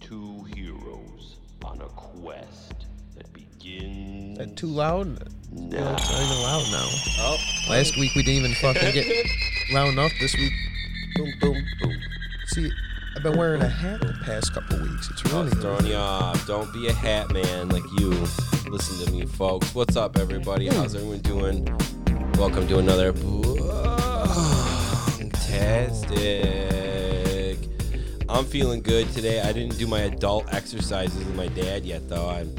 Two heroes on a quest that begins. That too loud? No, now. it's not even loud now. Oh, Last week we didn't even fucking get loud enough. This week, boom, boom, boom. see, I've been wearing a hat the past couple weeks. It's Oh, really it's throwing you off. Don't be a hat man like you. Listen to me, folks. What's up, everybody? How's everyone doing? Welcome to another fantastic. I'm feeling good today. I didn't do my adult exercises with my dad yet, though. I'm,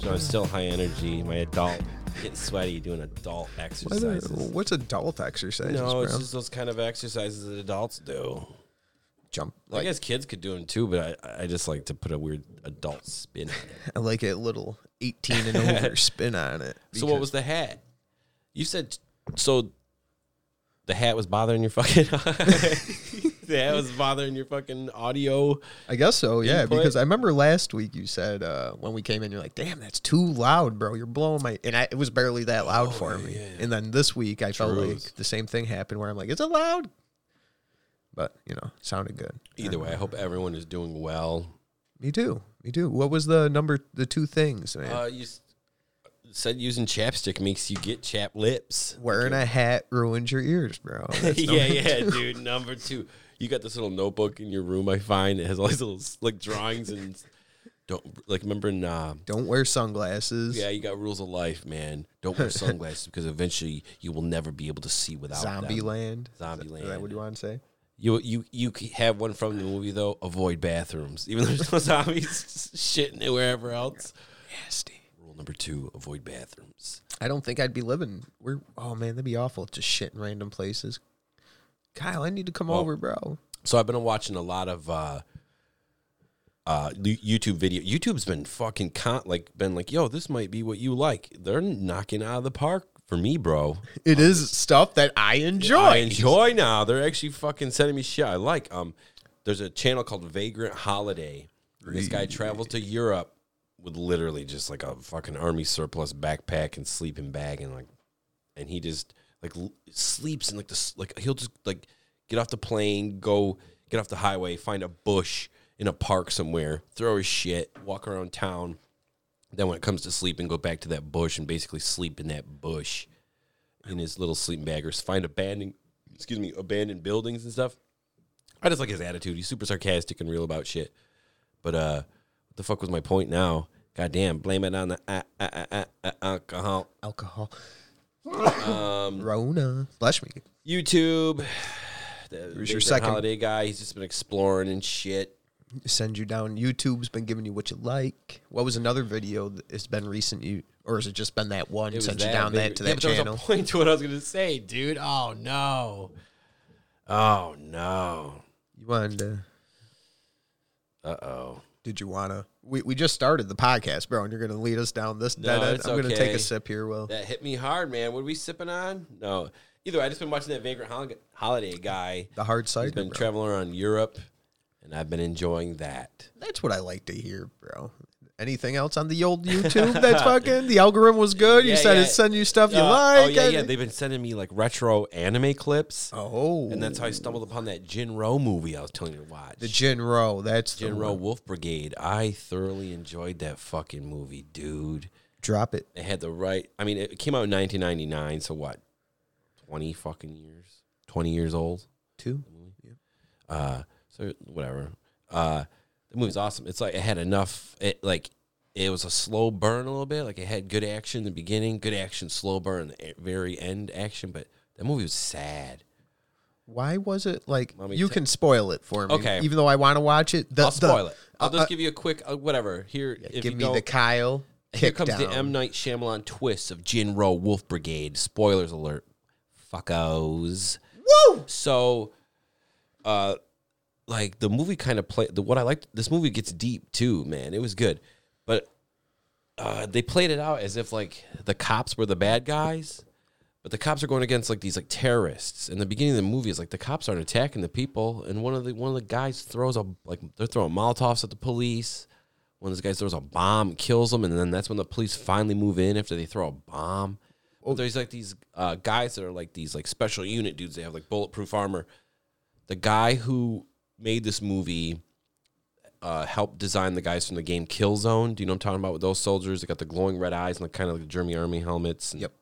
so I'm still high energy. My adult get sweaty doing adult What are- exercises. what's adult exercises, no, bro? it's just those kind of exercises that adults do. Jump. I Like, guess kids could do them too, but I, I just like to put a weird adult spin on it. I like a little 18 and over spin on it. so what was the hat? You said so. The hat was bothering your fucking. the hat was bothering your fucking audio. I guess so, yeah. Input? Because I remember last week you said uh, when we came in, you're like, "Damn, that's too loud, bro. You're blowing my." And I, it was barely that loud for me. And then this week, I felt Oh, Truth. like the same thing happened, where I'm like, "Is it loud?" But you know, sounded good. Either way, I hope everyone is doing well. Me too. Me too. What was the number? The two things, man. Uh, you s- said using chapstick makes you get chap lips. Wearing a hat ruins your ears, bro. That's yeah, yeah, dude. Number two, you got this little notebook in your room. I find it has all these little s- like drawings and don't like remember in uh, Don't wear sunglasses. Yeah, you got rules of life, man. Don't wear sunglasses because eventually you will never be able to see without Zombie them. land. Zombie Is that what you want to say? You you you c- have one from the movie though. Avoid bathrooms, even though there's no zombies shitting it wherever else. Nasty. Rule number two: avoid bathrooms. I don't think I'd be living. We're oh man, that'd be awful. Just shit in random places. Kyle, I need to come over, bro. So I've been watching a lot of uh, uh, Lu- YouTube video. YouTube's been fucking con- like been like, yo, this might be what you like. They're knocking out of the park for me, bro. It is stuff that I enjoy. I enjoy now. They're actually fucking sending me shit I like. Um, there's a channel called Vagrant Holiday. This guy travels to Europe with literally just like a fucking army surplus backpack and sleeping bag, and like, and he just like l- sleeps in like this like he'll just like get off the plane, go get off the highway, find a bush in a park somewhere, throw his shit, walk around town. Then when it comes to sleeping, go back to that bush and basically sleep in that bush in his little sleeping bag or find abandoned excuse me abandoned buildings and stuff i just like his attitude he's super sarcastic and real about shit but uh what the fuck was my point now god damn blame it on the uh, uh, uh, uh, uh, alcohol Alcohol. Um, Rona. Bless me. youtube the was your Vagrant second- holiday guy he's just been exploring and shit Send you down. YouTube's been giving you what you like. What was another video that has been recent you or has it just been that one? It was Send you down baby. that to Yeah, that but there was channel. a point to what i was gonna say dude oh no oh no You wanted to uh-oh Did you wanna? We, we just started the podcast, bro, and you're gonna lead us down this dead end. it's I'm gonna take okay. a sip here, Will. That hit me hard, man. What are we sipping on? No. Either way, I just been watching that Vagrant Hol- Holiday guy. The hard He's cider, been bro. traveling around Europe, and I've been enjoying that. That's what I like to hear, bro. Anything else on the old YouTube? That's fucking the algorithm was good. Yeah, you said yeah. it send you stuff you Uh, like. oh yeah, yeah. and- They've been sending me like retro anime clips, oh, and that's how I stumbled upon that Jinro movie I was telling you to watch. the Jinro. That's the Jinro one. Wolf Brigade. I thoroughly enjoyed that fucking movie, dude. Drop it. They had the right. I mean, it came out in 1999, so what? 20 fucking years. 20 years old. Two. Uh, so whatever. Uh, the movie's awesome. It's like it had enough. It like it was a slow burn a little bit. Like it had good action in the beginning, good action, slow burn the e, very end action. But that movie was sad. Why was it like Let me you ta- can spoil it for me? Okay. Even though I want to watch it, the, I'll spoil the- it. I'll uh, just uh, give you a quick uh, whatever. Here, if give you me don't, the Kyle. here kick comes the down. M Night Shyamalan twist of Jinro Wolf Brigade. Spoilers alert, fuckos. Woo! So, uh, like the movie kind of play the what I liked. This movie gets deep too, man. It was good, but uh, they played it out as if like the cops were the bad guys, but the cops are going against like these like terrorists. And the beginning of the movie is like the cops aren't attacking the people, and one of the one of the guys throws a like they're throwing Molotovs at the police. One of those guys throws a bomb, kills them, and then that's when the police finally move in after they throw a bomb. But There's like these uh, guys that are like these like special unit dudes. They have like bulletproof armor. The guy who made this movie uh, helped design the guys from the game Killzone. Do you know what I'm talking about with those soldiers? They got the glowing red eyes and like kind of like the German army helmets. And Yep.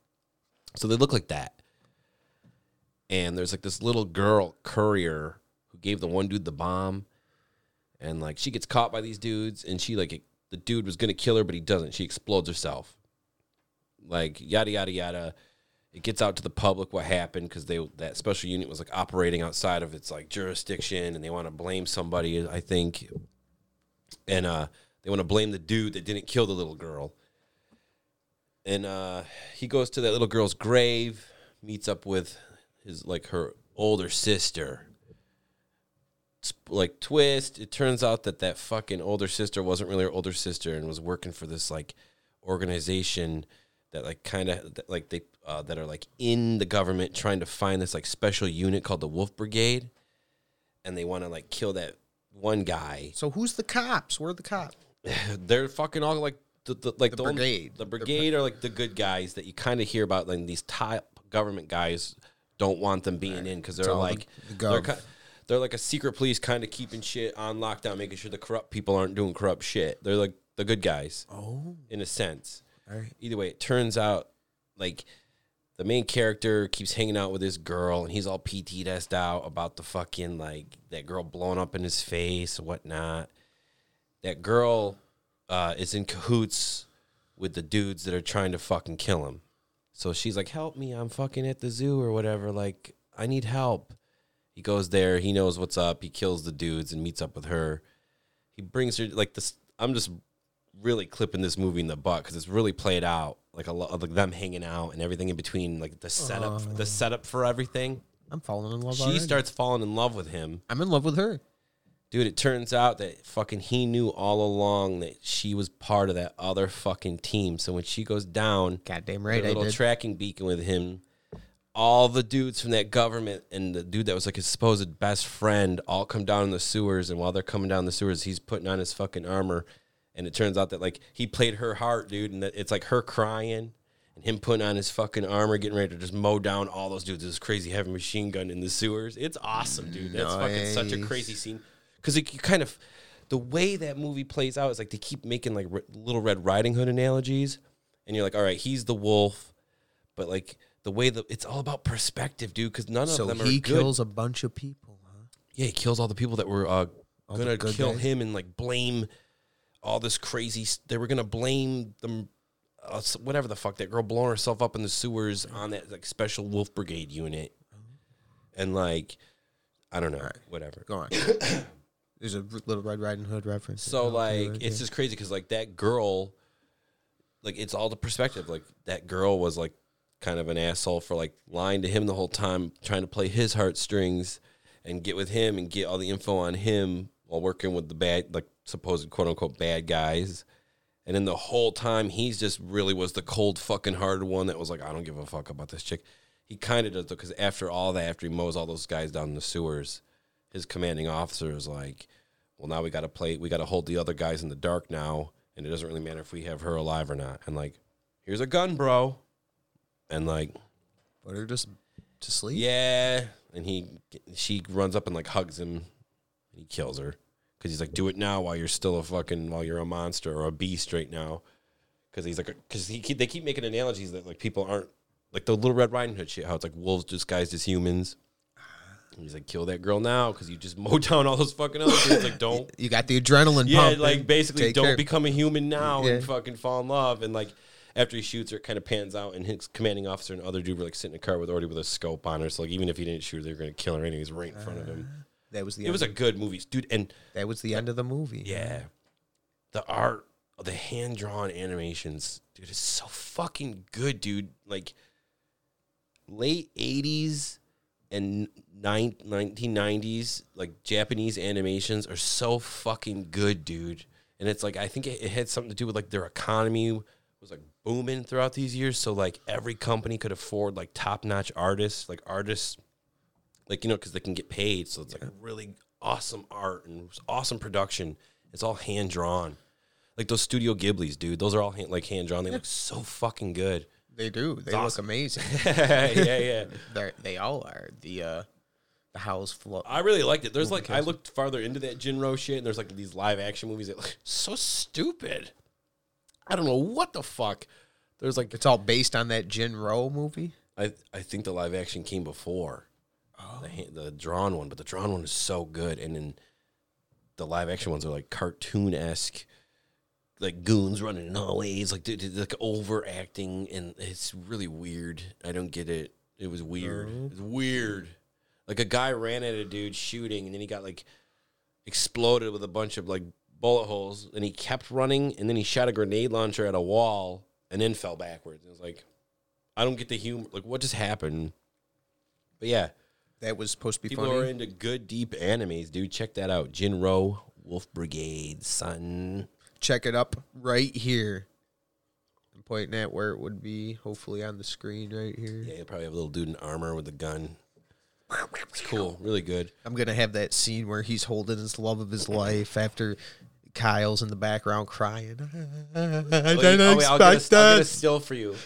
So they look like that. And there's like this little girl courier who gave the one dude the bomb, and like she gets caught by these dudes, and she like the dude was gonna kill her, but he doesn't. She explodes herself. Like yada yada yada. It gets out to the public what happened because they that special unit was like operating outside of its like jurisdiction, and they want to blame somebody. I think and uh, they want to blame the dude that didn't kill the little girl. And uh, he goes to that little girl's grave, meets up with his like her older sister. Sp- Like twist, it turns out that that fucking older sister wasn't really her older sister and was working for this like organization that like kind of like they uh, that are like in the government trying to find this like special unit called the Wolf Brigade, and they want to like kill that one guy So who's the cops? Where are the cops? they're fucking all like the, the like the, only- brigade. the brigade are like the good guys that you kind of hear about. Like these top government guys don't want them being in because they're all the- like the they're gov. ki- they're like a secret police, kind of keeping shit on lockdown, making sure the corrupt people aren't doing corrupt shit. They're like the good guys, Oh, in a sense. all right. Either way, it turns out like the main character keeps hanging out with this girl, and he's all PTSD out about the fucking like that girl blowing up in his face and whatnot. That girl uh, is in cahoots with the dudes that are trying to fucking kill him. So she's like, "Help me! I'm fucking at the zoo or whatever. Like, I need help." He goes there. He knows what's up. He kills the dudes and meets up with her. He brings her like this. I'm just really clipping this movie in the butt because it's really played out like a lot of like them hanging out and everything in between like the setup the setup for everything I'm falling in love. she Oh. already. starts falling in love with him I'm in love with her. dude it turns out that fucking he knew all along that she was part of that other fucking team so when she goes down Goddamn their right, I little did. tracking beacon with him all the dudes from that government and the dude that was like his supposed best friend all come down in the sewers and while they're coming down the sewers he's putting on his fucking armor and it turns out that like he played her heart dude and that it's like her crying and him putting on his fucking armor getting ready to just mow down all those dudes with this crazy heavy machine gun in the sewers it's awesome dude that's fucking such a Nice. crazy scene because it you kind of the way that movie plays out is like they keep making like r- little red riding hood analogies and you're like all right he's the wolf but like the way that it's all about perspective, dude. Because none so of them he are good. kills a bunch of people. Huh? Yeah, he kills all the people that were uh, the gonna good kill guys? him and like blame all this crazy. s- They were gonna blame them, uh, s- whatever the fuck that girl blowing herself up in the sewers on that like special Wolf Brigade unit, Oh. and like I don't know, whatever. Go on. There's a little Red Riding Hood reference. So Okay, like right it's there. just crazy because like that girl, like it's all the perspective. Like that girl was like kind of an asshole for like lying to him the whole time, trying to play his heartstrings and get with him and get all the info on him while working with the bad, like supposed quote unquote bad guys. And then the whole time he's just really was the cold fucking hard one that was like, I don't give a fuck about this chick. He kind of does though, because after all that, after he mows all those guys down in the sewers, his commanding officer is like, well, now we got to play, we got to hold the other guys in the dark now, and it doesn't really matter if we have her alive or not. And like, here's a gun, bro. And like, put her just to sleep. yeah. And he, she runs up and like hugs him, and he kills her because he's like, do it now while you're still a fucking, while you're a monster or a beast right now. Because he's like, because he keep, they keep making analogies that like people aren't like the Little Red Riding Hood shit, how it's like wolves disguised as humans. And he's like, kill that girl now because you just mowed down all those fucking other dudes. Like, don't You got the adrenaline. yeah, pumping. like basically Take don't care. become a human now and Yeah. fucking fall in love. And like after he shoots her, it kind of pans out, and his commanding officer and other dude were like sitting in a car with already with a scope on her. So like even if he didn't shoot her, they were gonna kill her anyways, right in front of him. That was the. It was end. a good movie, dude. And that was the end of the movie. yeah, the art, the hand drawn animations, dude, is so fucking good, dude. Like late eighties and nine, 1990s, like Japanese animations are so fucking good, dude. And it's like I think it, it had something to do with like their economy was like booming throughout these years, so like every company could afford like top notch artists, like artists like you know because they can get paid so it's like really awesome art and awesome production it's all hand drawn like those studio ghiblis dude those are all hand, like hand drawn they look so fucking good They do. They look amazing. yeah yeah They're, they all are. The uh, the house flow. I really liked it. There's like I looked farther into that Jinro shit, and there's like these live action movies that like, so stupid. I don't know what the fuck. There's like It's all based on that Jin Ro movie. I I think the live action came before the hand- the drawn one, but the drawn one is so good, and then the live action ones are like cartoon esque, like goons running in hallways, like dude, dude, like overacting, and it's really weird. I don't get it. It was weird. It's weird. Like a guy ran at a dude shooting, and then he got like exploded with a bunch of like bullet holes, and he kept running, and then he shot a grenade launcher at a wall, and then fell backwards. It was like. I don't get the humor. Like, what just happened? But yeah, That was supposed to be people funny. are into good, deep animes, dude. Check that out. Jinro Wolf Brigade, son. Check it up right here. I'm pointing at where it would be, hopefully on the screen right here. Yeah, you probably have a little dude in armor with a gun. It's cool. Really good. I'm gonna have that scene where he's holding his love of his life after Kyle's in the background crying. I Wait, didn't oh, wait, I'll, get a, expect I'll get a that. still for you.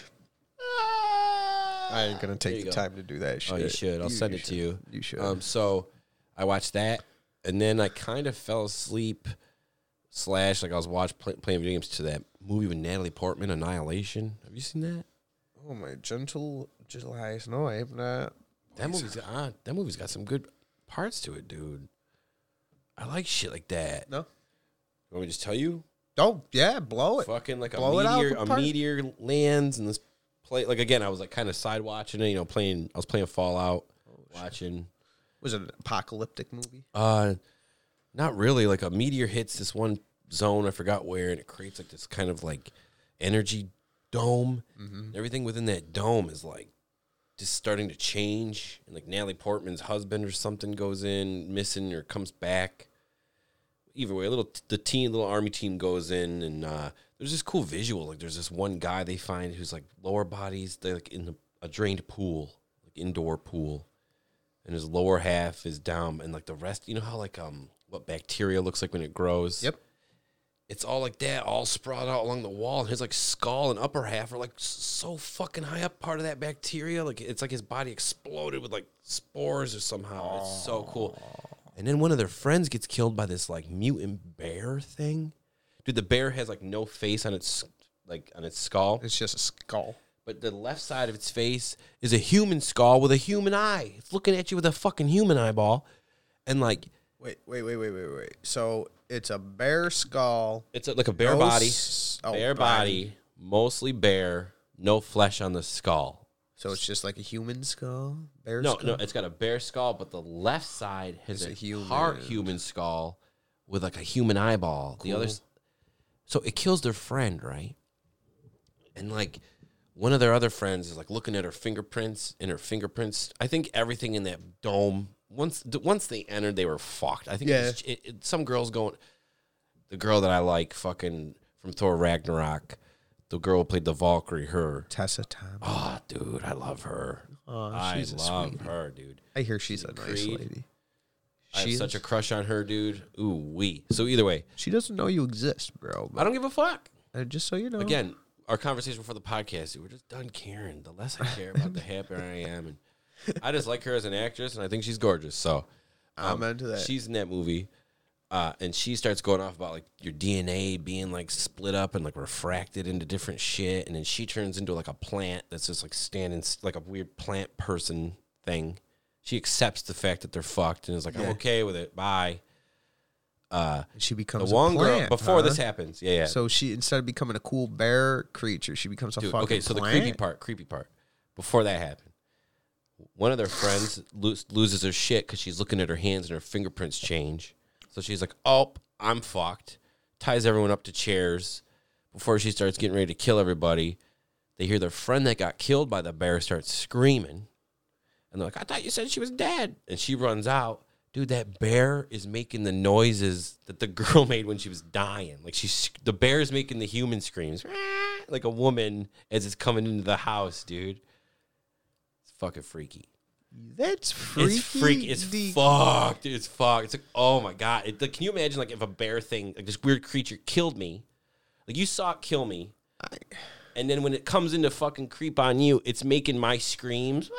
I ain't gonna There take you the go. time to do that shit. Oh, you should. I'll send it to should. you. You should. Um, so I watched that, and then I kind of fell asleep. Slash, like I was watching play, playing video games to that movie with Natalie Portman, Annihilation. Have you seen that? Oh my gentle, gentle eyes. No, I have not. That movie's uh, that movie's got some good parts to it, dude. I like shit like that. No. Let me to just tell you, Oh yeah, blow it. fucking like a Blow it out meteor, the a park. meteor lands and this play. Like again, I was like kind of side watching it. You know, playing. I was playing Fallout, Oh, watching. Was it an apocalyptic movie? Uh, not really. Like a meteor hits this one zone. I forgot where, and it creates like this kind of like energy dome. Mm-hmm. Everything within that dome is like just starting to change. And like Natalie Portman's husband or something goes in missing or comes back. Either way, a little the team, little army team goes in, and uh, there's this cool visual. Like there's this one guy they find who's like lower bodies. They're like in a drained pool, like indoor pool and his lower half is down and like the rest you know how like um what bacteria looks like when it grows Yep. it's all like that all sprawled out along the wall and his like skull and upper half are like s- so fucking high up part of that bacteria like it's like his body exploded with like spores or somehow it's so cool and then one of their friends gets killed by this like mutant bear thing dude the bear has like no face on its like on its skull It's just a skull. but the left side of its face is a human skull with a human eye. It's looking at you with a fucking human eyeball, and like Wait, wait, wait, wait, wait, wait. So it's a bear skull. it's like a bare No body, s- oh, bare body, mostly bare, no flesh on the skull. So it's just like a human skull. Bear No, skull. no, it's got a bare skull, but the left side has It's a, a human. part human skull with like a human eyeball. The other, s- so it kills their friend, right? And like one of their other friends is like looking at her fingerprints, and her fingerprints. I think everything in that dome. Once th- once they entered, they were fucked. I think it was- it- it- some girls going. The girl that I like, fucking from Thor Ragnarok, the girl who played the Valkyrie. Her, Tessa Thompson. oh dude, I love her. Aw, I Oh, she's a love her, dude. I hear she's a nice Creed. lady. I have She such a is- crush on her, dude. Ooh wee. So either way, She doesn't know you exist, bro. I But don't give a fuck. uh, just so you know, Again, our conversation before the podcast, dude, we're just done caring. The less I care about, the happier I am, and I just like her as an actress, and I think she's gorgeous. So um, I'm into that. she's in that movie, uh, and she starts going off about like your DNA being like split up and like refracted into different shit, and then she turns into like a plant that's just like standing s- like a weird plant person thing. She accepts the fact that they're fucked and is like, I'm okay with it. Bye. she The becomes a one girl plant, before huh? this happens. Yeah, yeah. So she instead of becoming a cool bear creature, she becomes a Dude, fucking okay, so plant? the creepy part, creepy part. Before that happened, one of their friends lo- loses her shit because she's looking at her hands and her fingerprints change. So she's like, "Oh, I'm fucked." Ties everyone up to chairs. Before she starts getting ready to kill everybody, they hear their friend that got killed by the bear start screaming, and they're like, "I thought you said she was dead." And she runs out. Dude, that bear is making the noises that the girl made when she was dying. Like she's the bear is making the human screams, like a woman as it's coming into the house, dude. It's fucking freaky. That's freaky. it's freaky. It's de- fucked. dude, It's fucked. It's like, oh my god. It, like, can you imagine like if a bear thing, like this weird creature, killed me? Like you saw it kill me, I- and then when it comes in to fucking creep on you, it's making my screams.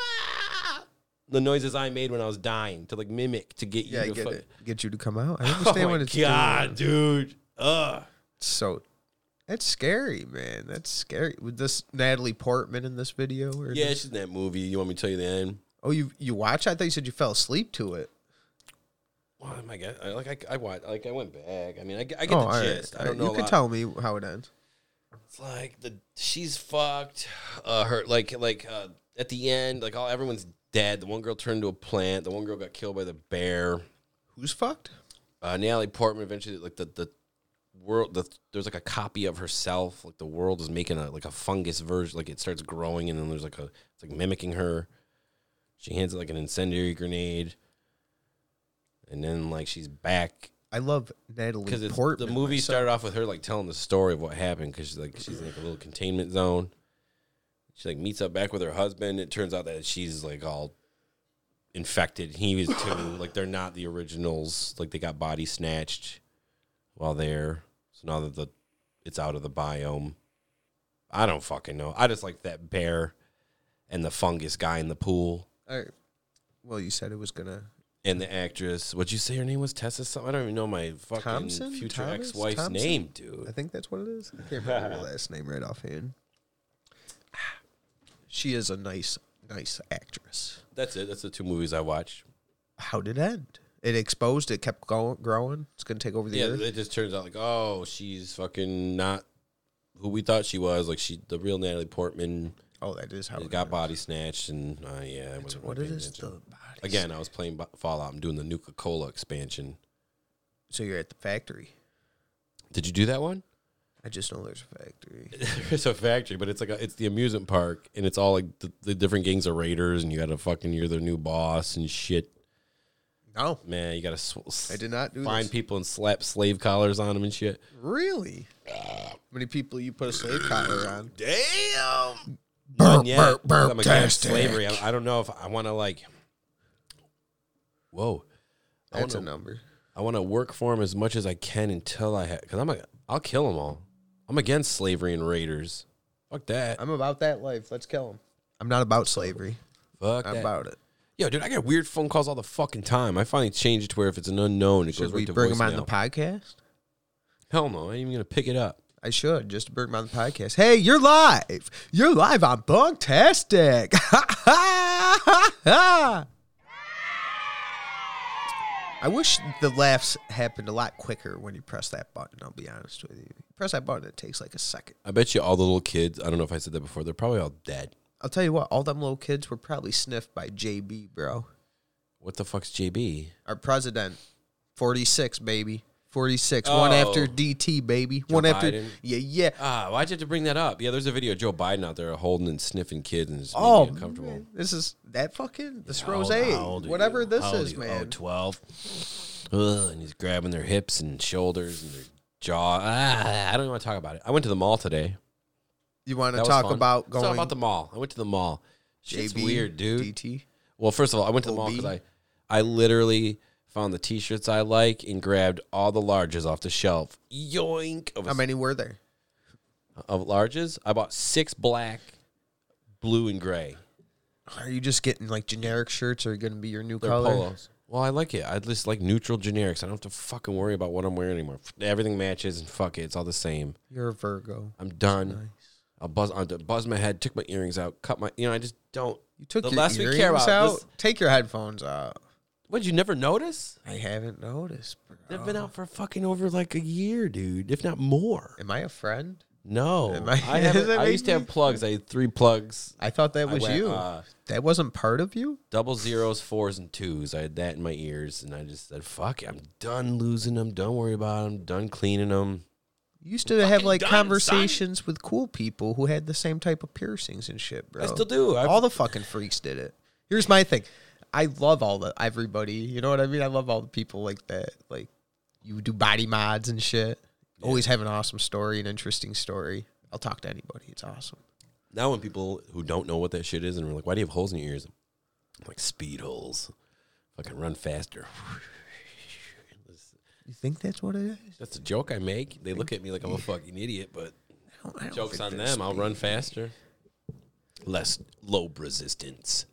the noises I made when I was dying to like mimic to get you. Yeah, I to get fuck- it. Get you to come out. I Oh understand my what it's god, doing. dude. Ugh. So that's scary, man. That's scary. With this Natalie Portman in this video, or Yeah, she's in that movie. You want me to tell you the end? Oh, you you watch? I thought you said you fell asleep to it. Well, I might get- I- like I, I watched, like I went back. I mean, I, get- I get oh, the all right. gist. I all don't right. know. You a can lot. tell me how it ends. It's like the she's fucked. Uh, her like like uh, at the end, like all everyone's dead. The one girl turned into a plant. The one girl got killed by the bear. Who's fucked? Uh, Natalie Portman eventually like the the world. The, there's like a copy of herself. Like the world is making a like a fungus version. Like it starts growing and then there's like a it's like mimicking her. She hands it like an incendiary grenade, and then like she's back I love Natalie because Portman. the movie myself. started off with her like telling the story of what happened because she's like she's in like a little containment zone. She like meets up back with her husband. It turns out that she's like all infected. He was too. like they're not the originals. Like they got body snatched while there. So now that the it's out of the biome, I don't fucking know. I just like that bear and the fungus guy in the pool All right. Well, you said it was gonna and the actress. What'd you say her name was? Tessa something? I don't even know my fucking Thompson? future Thomas? ex wife's Thompson? name, dude. I think that's what it is. I can't remember her last name right offhand. She is a nice, nice actress. That's it. That's the two movies I watched. How did it end? It exposed. It kept going, growing. It's gonna take over the Yeah, earth. it just turns out like, oh, she's fucking not who we thought she was. Like she, the real Natalie Portman, oh, that is how it got body snatched, and uh, yeah, I ends. wasn't What really it paying is the attention. body. Again, I was playing Bo- Fallout. I'm doing the Nuka Cola expansion. So you're at the factory. Did you do that one? I just know there's a factory. There's a factory, but it's like a, it's the amusement park, and it's all like the, the different gangs of raiders, and you got to fucking you're their new boss and shit. No, Man, you got to sw- I did not do find this. people and slap slave collars on them and shit. Really? How many people you put a slave collar on? Damn. None yet. 'cause I'm against slavery. I, I don't know if I want to like. Whoa, I That's a wanna- number. I want to work for them as much as I can until I have. Cause I'm a, I'll kill them all. I'm against slavery and raiders. Fuck that. I'm about that life. Let's kill him. I'm not about slavery. Fuck I'm that. about it. Yo, dude, I get weird phone calls all the fucking time. I finally changed it to where if it's an unknown, it goes Should right we to bring him on voicemail. the podcast? Hell no, I ain't even gonna pick it up. I should just to bring him on the podcast. Hey, you're live. You're live on Bunktastic. I wish the laughs happened a lot quicker when you press that button. I'll be honest with you. you press that button, it takes like a second. I bet you all the little kids. I don't know if I said that before. They're probably all dead. I'll tell you what, all them little kids were probably sniffed by JB, bro. What the fuck's JB? Our president, 46, baby. 46. One after Oh. DT, baby. one after. Biden? Yeah, yeah. Ah, why'd you have to bring that up? Yeah, there's a video of Joe Biden out there holding and sniffing kids and it's making Oh, me uncomfortable. man, this is that fucking. This How rose, old- how old are whatever you? this How old is, are you? Oh, man. 12. Ugh, and he's grabbing their hips and shoulders and their jaw. Ah, I don't even want to talk about it. I went to the mall today. You want to That was talk fun. about Let's going talk about the mall. I went to the mall. Shit's JB, weird, dude. DT. Well, first of all, I went to the mall OB? because I, I literally found the t-shirts I like and grabbed all the larges off the shelf. Yoink! Of, How many were there? of larges, I bought six black, blue, and gray. Are you just getting like generic shirts? Or are going to be your new They're color? polos. Well, I like it. I just like neutral generics. I don't have to fucking worry about what I'm wearing anymore. Everything matches and fuck it. It's all the same. You're a Virgo. I'm done. I'll buzz on buzz my head, took my earrings out, cut my you know, I just don't You took the your less earrings we care about out. this- Take your headphones out. what you never notice? I haven't noticed, bro. I've been out for fucking over like a year, dude, if not more. Am I a friend? No. Am I, I- haven't- Does that I used to make have me- plugs. I had three plugs. I thought that I was went, you. uh, that wasn't part of you. double zeros, fours, and twos. I had that in my ears, and I just said, "Fuck it, I'm done losing them. Don't worry about them. Done cleaning them." You used to have like done, son. conversations with cool people who had the same type of piercings and shit, bro. I still do. I've- all the fucking freaks did it. Here's my thing. I love all the everybody. You know what I mean? I love all the people like that. Like you do body mods and shit. Always have an awesome story, an interesting story. I'll talk to anybody. It's awesome. now when people who don't know what that shit is and are like, why do you have holes in your ears? I'm like speed holes. Fucking run faster. You think that's what it is? That's a joke I make. They look at me like I'm a fucking idiot, but I don't- I don't jokes think on that's- them. I'll run faster. Less lobe resistance.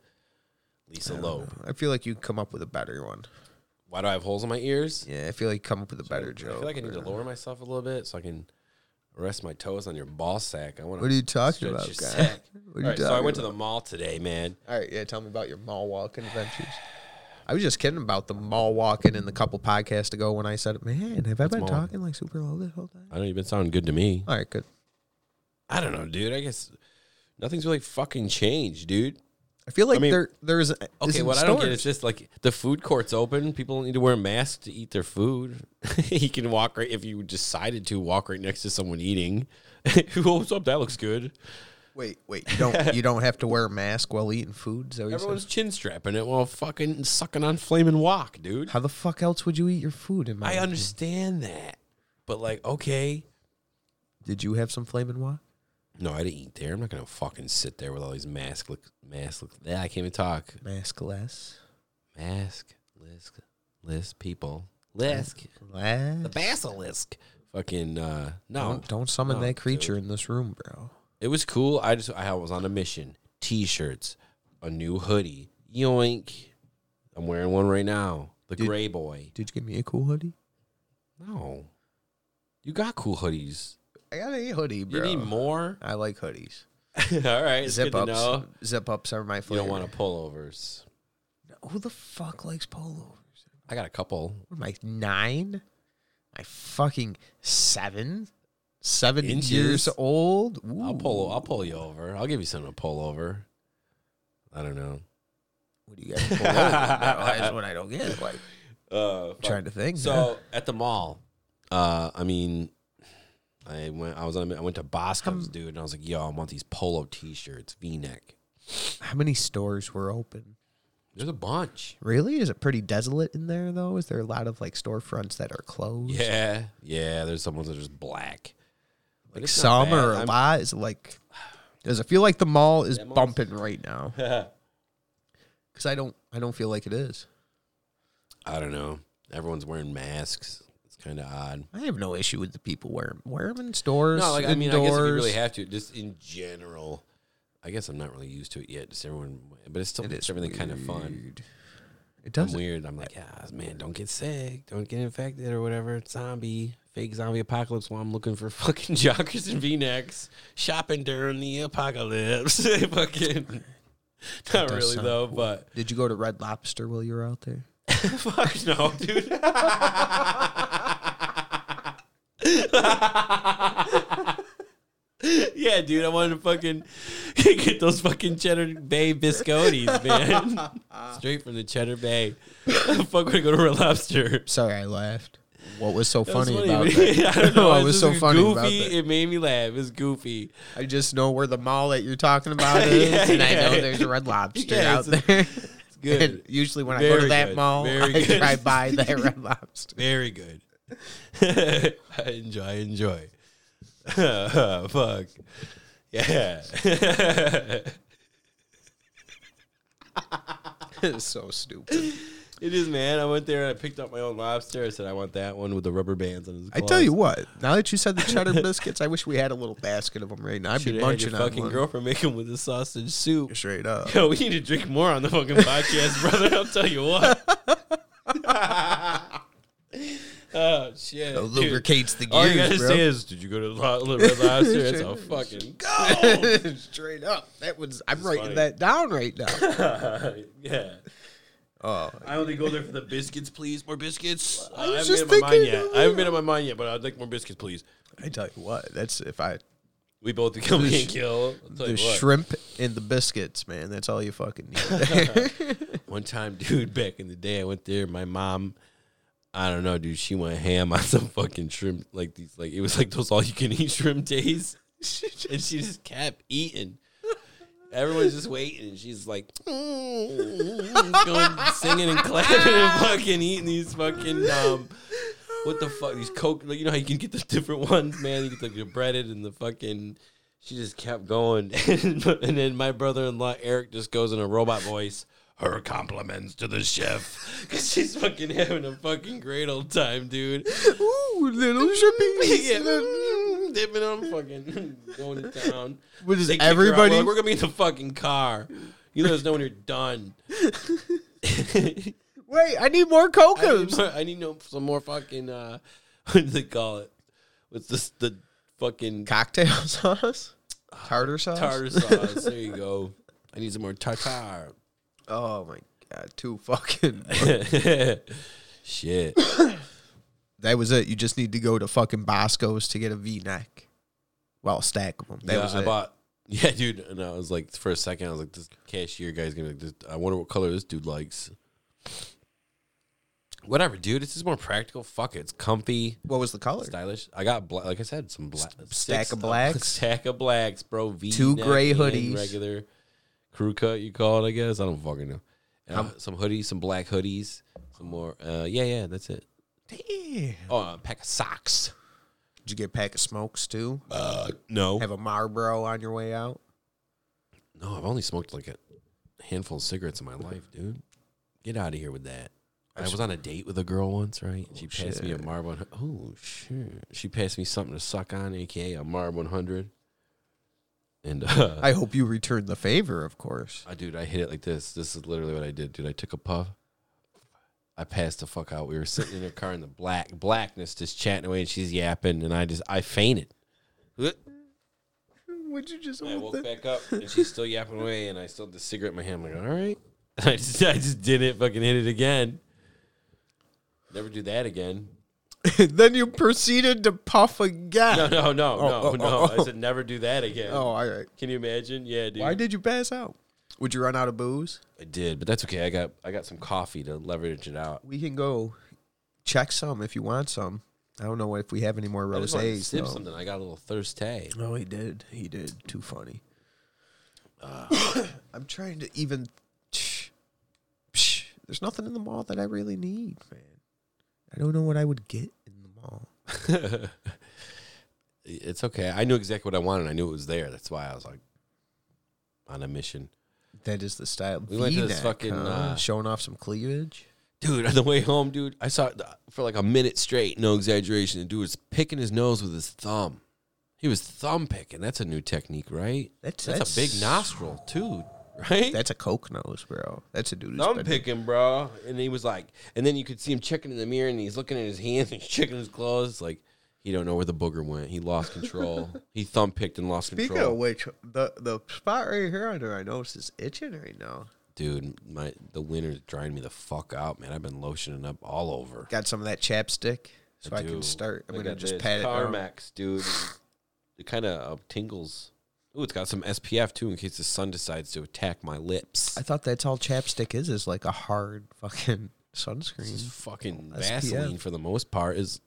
Lisa Loeb. I feel like you'd come up with a better one. Why do I have holes in my ears? Yeah, I feel like come up with a better I joke. feel like I need to lower myself a little bit so I can rest my toes on your ball sack. I want What are you talking stretch about, your guy? sack. What are you All right, so I talking went to the mall today, man. All right, yeah, tell me about your mall walking adventures. I was just kidding about the mall walking in the couple podcasts ago when I said, "Man, have I been mall talking like super low this whole time?" I know you've been sounding good to me. All right, good. I don't know, dude. I guess nothing's really fucking changed, dude. I feel like mean- there there's okay. Okay, what I don't get is just like the food court's open. People don't need to wear masks to eat their food. you can walk right if you decided to walk right next to someone eating. oh, what's up? That looks good. wait, wait. You don't you don't have to wear a mask while eating food. Is that what you said? Everyone's chin strapping it while fucking sucking on flaming wok, dude. How the fuck else would you eat your food? In my I understand that, but like, okay, did you have some flaming wine? no, I didn't eat there. I'm not gonna fucking sit there with all these mask look, mask look. Yeah, I can't even talk. Maskless. Mask, lisk, lisk, people, lisk, Less. the basilisk. Fucking uh, no, Don't, don't summon No, that creature in this room, bro. It was cool. I just I was on a mission. T-shirts, a new hoodie. Yoink! I'm wearing one right now. The Dude. gray boy. Did you give me a cool hoodie? No, you got cool hoodies. I got a hoodie, You bro. need more. I like hoodies. All right, it's Zip good to know. ups. Zip ups are my You flavor. don't want to pullovers. Who the fuck likes polo? I got a couple What am I nine? I fucking seven, seven Inches? years old. I'll Ooh. pull. I'll pull you over. I'll give you something to pull over. I don't know. What do you guys pull over? bro? That's what I don't get. Like Uh, trying to think. so at the mall, uh, I mean, I went. I was. on- I went to Boscom's, dude, and I was like, "Yo, I want these polo T-shirts, V-neck." how many stores were open? There's a bunch. Really? Is it pretty desolate in there though? Is there a lot of like storefronts that are closed? Yeah, yeah. There's some ones that are just black. But Like it's some not bad. or a I'm- lot is it like does it feel like the mall is bumping right now? Cuz I don't I don't feel like it is. I don't know. Everyone's wearing masks. It's kind of odd. I have no issue with the people wearing wear them in stores. No, like I mean, I guess if you indoors. really have to, just in general. I guess I'm not really used to it yet. Just everyone, but it's still makes everything kind of fun. It I'm does. weird. I'm like, yeah, man, don't get sick, don't get infected or whatever. It's zombie, fake zombie apocalypse. While I'm looking for fucking joggers and V-necks, shopping during the apocalypse. fucking, not does really sound though, but Did you go to Red Lobster while you were out there? Fuck no, dude. yeah, dude, I wanted to fucking get those fucking Cheddar Bay biscottis, man. Straight from the Cheddar Bay. Fuck, would I go to Red Lobster? Sorry, I laughed. What was so That's funny, about that? I don't know. What it's was so just funny goofy. about that? It made me laugh. It was goofy. I just know where the mall that you're talking about is, Yeah, and I yeah. know there's a Red Lobster Yeah, out it's a- there. It's good. And usually when I go to Very that good. mall, Very I good. try by that Red Lobster. Very good. I enjoy. I enjoy. Fuck. Yeah. it's so stupid. it is, man. I went there and I picked up my own lobster. I said, I want that one with the rubber bands on his I claws. tell you what, now that you said the cheddar biscuits, I wish we had a little basket of them right now. I'd Should've be had munching your on fucking one. girlfriend make him with the sausage soup. Straight up. Yo, we need to drink more on the fucking podcast, brother. I'll tell you what. oh, shit. It dude. lubricates the All you gotta gears, say bro. is, did you go to the lo- Red Lobster? It's a fucking go. Straight up. That was. I'm writing Oh. funny. that down right now. yeah. Oh, I only go there for the biscuits, please. More biscuits. I, was haven't just made up my mind thinking yet. of I haven't made up my mind yet, but I'd like more biscuits, please. I tell you what, that's if I We both become The Hank sh- Hill. I'll tell the you what. shrimp and the biscuits, man. That's all you fucking need. One time, dude, back in the day, I went there. My mom, I don't know, dude, she went ham on some fucking shrimp. Like these, like it was like those all-you-can-eat shrimp days, and she just kept eating. Everyone's just waiting, and she's like, going singing and clapping and fucking eating these fucking um, what the fuck? These coke, like, you know how you can get the different ones, man. You get like the breaded and the fucking. She just kept going, and, then my brother-in-law Eric just goes in a robot voice. Her compliments to the chef, cause she's fucking having a fucking great old time, dude. Ooh, little shrimpy. Yeah, dipping on fucking going to town. What is They kick her out. We're everybody? like, We're gonna be in the fucking car. You let us know when you're done. Wait, I need more I need, cocos. more, I need no, some more fucking. Uh, what do they call it? What's this? The fucking Cocktail sauce, tartar sauce. tartar sauce. there you go. I need some more tartar. Oh my god, two fucking. Shit. that was it. You just need to go to fucking Bosco's to get a V neck. Well, a stack of them. That yeah, was I it. bought. Yeah, dude. And I was like, for a second, I was like, this cashier guy's gonna. Be like, this, I wonder what color this dude likes. Whatever, dude. It's just more practical. Fuck it. It's comfy, what was the color? stylish. I got black. Like I said, some black. stack six- of blacks? stack of blacks, bro. V Two gray hoodies. Regular crew cut. You call it, I guess. I don't fucking know. And, uh, some hoodies, some black hoodies, some more. Uh, yeah, yeah. That's it. Damn. Oh, a pack of socks. Did you get a pack of smokes too? Uh, no. Have a Marlboro on your way out? No, I've only smoked like a handful of cigarettes in my life, dude. Get out of here with that. I was on a date with a girl once, right? She passed me a Marb 100. Oh, shit. She passed me something to suck on, aka a Marb 100. And, uh, I hope you return the favor, of course. I, dude, I hit it like this. This is literally what I did, dude. I took a puff. I passed the fuck out. We were sitting in her car in the black blackness, just chatting away, and she's yapping, and I just I fainted. Would you just? I woke back up and she's still yapping away, and I still had the cigarette in my hand. I'm like, all right. I just, I just did it, fucking hit it again. Never do that again. then you proceeded to puff again. No, no, no, no, oh, no. oh. I said never do that again. Oh, all right. Can you imagine? Yeah, dude. Why did you pass out? Would you run out of booze? I did, but that's okay. I got I got some coffee to leverage it out. We can go check some if you want some. I don't know if we have any more I just wanted to rosés. sip though. something. I got a little thirsty. Oh, he did. He did. Too funny. I'm trying to even. There's nothing in the mall that I really need, man. I don't know what I would get in the mall. It's okay. I knew exactly what I wanted. I knew it was there. That's why I was like on a mission. That is the style. We went to this V-neck, fucking, huh? uh, showing off some cleavage. Dude, on the way home, dude, I saw it for like a minute straight, no exaggeration. The dude was picking his nose with his thumb. He was thumb picking. That's a new technique, right? That's- a big that's- nostril, too, right? That's a coke nose, bro. That's a dude. who's thumb been- picking, bro. And he was like, and then you could see him checking in the mirror and he's looking at his hands and he's checking his clothes. Like, he don't know where the booger went. He lost control. he thumb picked and lost Speaking control. of which, the the spot right here under my nose is itching right now. dude, my the winter's drying me the fuck out, man. I've been lotioning up all over. Got some of that chapstick, so I, can Dude, start. I'm look gonna at just this. pat it. down. Carmex, dude. It kind of uh, tingles. Ooh, it's got some SPF too, in case the sun decides to attack my lips. I thought that's all chapstick is, is like a hard fucking This is sunscreen. fucking SPF. Vaseline for the most part. Is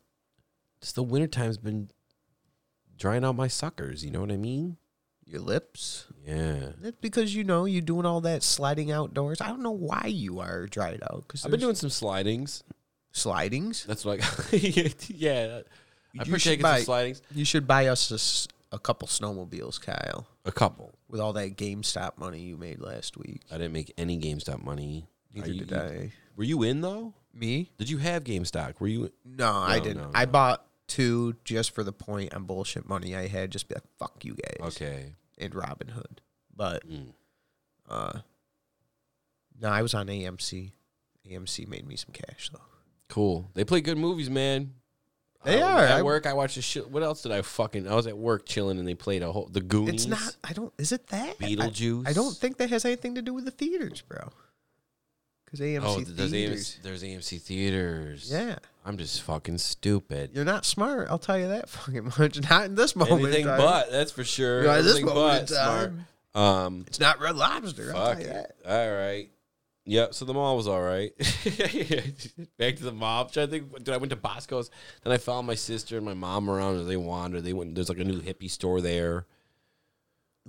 just the wintertime's been drying out my suckers. You know what I mean? Your lips. Yeah. That's because you know you're doing all that sliding outdoors. I don't know why you are dried out because I've been doing some slidings. slidings. That's what I. yeah. You I've should been taking buy- some slidings. You should buy us a s- a, couple snowmobiles, Kyle, A couple. with all that GameStop money you made last week. e-, I didn't make any GameStop money. Neither Are you- did I. Were you in though? Me? Did you have GameStop? Were you? No, I No, didn't. no, I no. bought two just for the point on bullshit money I had. Just be like, fuck you guys. Okay. And Robin Hood. But Mm. Uh, no, I was on AMC. AMC made me some cash though. Cool. They play good movies, man. They I- are. At I- work, I watched a shit. What else did I fucking? I was at work chilling, and they played a whole the It's Goonies. not. I don't. Is it that I- Beetlejuice. I, don't think that has anything to do with the theaters, bro. Because AMC Oh, there's theaters. AMC, there's AMC theaters. Yeah, I'm just fucking stupid. you're not smart. I'll tell you that fucking much. Not in this moment. Anything in time. but that's for sure. Yeah, this Everything moment but in time. smart. Um, It's not Red Lobster. I'll fuck tell you it. that. All right. Yep. So the mall was all right. Back to the mall. I think. Dude, I went to Bosco's. Then I found my sister and my mom around, and they wandered. They went. There's like a new hippie store there.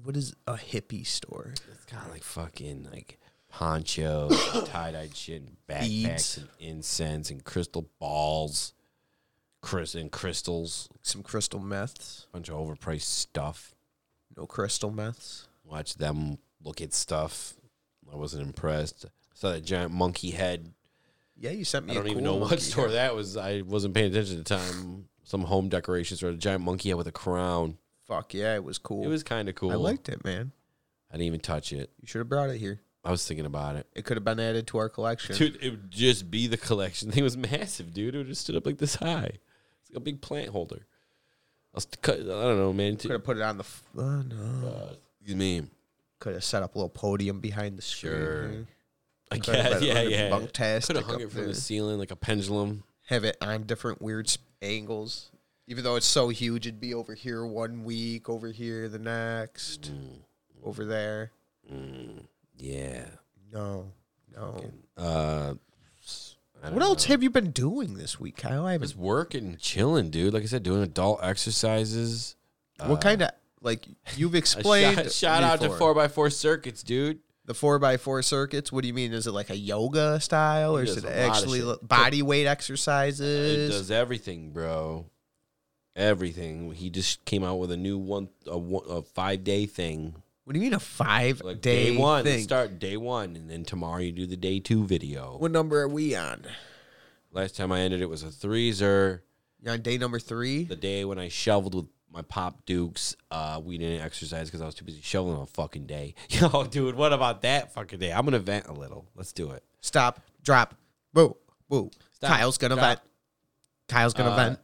What is a hippie store? It's got like fucking like ponchos, tie dyed shit, and backpacks, Beads. and incense, and crystal balls, Chris and crystals, Some crystal meths. bunch of overpriced stuff. No crystal meths. Watch them look at stuff. I wasn't impressed. Saw that giant monkey head. Yeah, you sent me. I a don't even cool know monkey what store head. that was. I wasn't paying attention at the time. Some home decorations or a giant monkey head with a crown. Fuck yeah, it was cool. It was kind of cool. I liked it, man. I didn't even touch it. You should have brought it here. I was thinking about it. It could have been added to our collection. Dude, it would just be the collection. Thing was massive, dude. It would have stood up like this high. It's like a big plant holder. I, was cut, I don't know, man. Could have put it on the. F- oh, no. Uh, you mean? Could have set up a little podium behind the screen. Sure. here. I Coulda guess, let it yeah, under yeah. bunk test, Could have stick hung up it from there. the ceiling like a pendulum. Have it on different weird s- angles. Even though it's so huge, it'd be over here one week, over here the next, Mm. over there. Yeah. No, no. Uh, I What don't else have you been doing this week, Kyle? I haven't. Just working, chilling, dude. Like I said, doing adult exercises. what kind of like you've A explained? uh, shout shout out to before. four by four circuits, dude. the four by four circuits. What do you mean? Is it like a yoga style, or He is does it a lot of actually shit. li- body weight He exercises? does everything, bro. Everything. He just came out with a new one, a, one, a five day thing. what do you mean a five Like day, day, one, thing? start day one, and then tomorrow you do the day two video. what number are we on? Last time I ended it was a threeser. You on day number three? The day when I shoveled with my pop dukes, uh, we didn't exercise because I was too busy shoveling all fucking day. Yo, dude, what about that fucking day? I'm gonna vent a little. Let's do it. Stop. Drop. Boo. Boo. Stop, Kyle's gonna drop. vent. Kyle's gonna Uh, vent.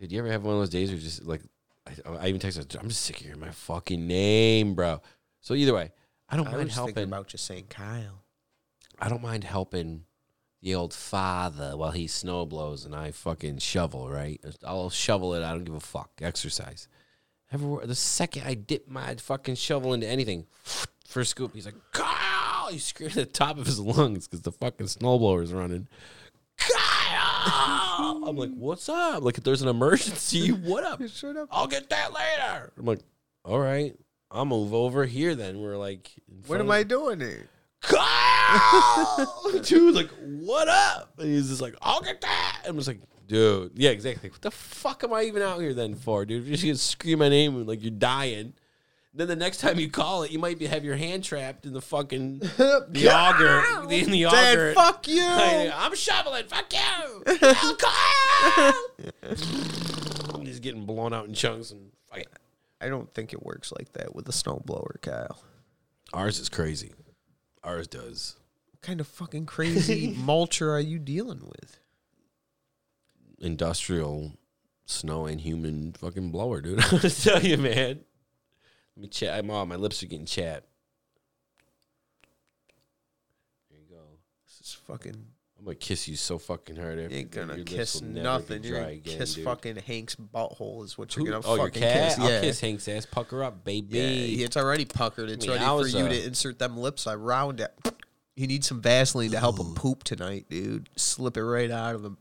Dude, you ever have one of those days where you just like, I, I even text, I'm just sick of hearing my fucking name, bro. So either way, I don't I mind was thinking helping. about just saying Kyle. I don't mind helping the old father while he snow blows and I fucking shovel, right? I'll shovel it. I don't give a fuck. Exercise. Everywhere, the second I dip my fucking shovel into anything, first scoop, he's like, Kyle! He screamed at the top of his lungs because the fucking snowblower's running. Kyle! I'm like, what's up? Like, if there's an emergency, what up? Shut up. I'll get that later. I'm like, all right, I'll move over here then. We're like, in What front of am I doing here? Kyle, dude, like, what up? And he's just like, I'll get that. I'm just like, dude, yeah, exactly. What the fuck am I even out here then for, dude? If you're just gonna scream my name like you're dying, then the next time you call it, you might be, have your hand trapped in the fucking the auger, the, in the Dad, auger. fuck you. I, am shoveling. Fuck you, I'll Kyle. he's getting blown out in chunks and fuck it. I don't think it works like that with a snowblower, Kyle. Ours is crazy. Ours does. What kind of fucking crazy mulcher are you dealing with? industrial snow and human fucking blower, dude. I'm gonna tell you, man. Let me chat. I'm on. My lips are getting chat. There you go. This is fucking I'm gonna kiss you so fucking hard. After You ain't that. gonna Your lips kiss will never nothing. get You're dry gonna again, kiss dude. fucking Hank's butthole is what Who- you're gonna oh, your fucking cat? kiss. I'll yeah. kiss Hank's ass. Pucker up, baby. yeah, it's already puckered. It's mean, ready I for was, you uh, to insert them lips around it. He needs some Vaseline to help him poop tonight, dude. Slip it right out of him.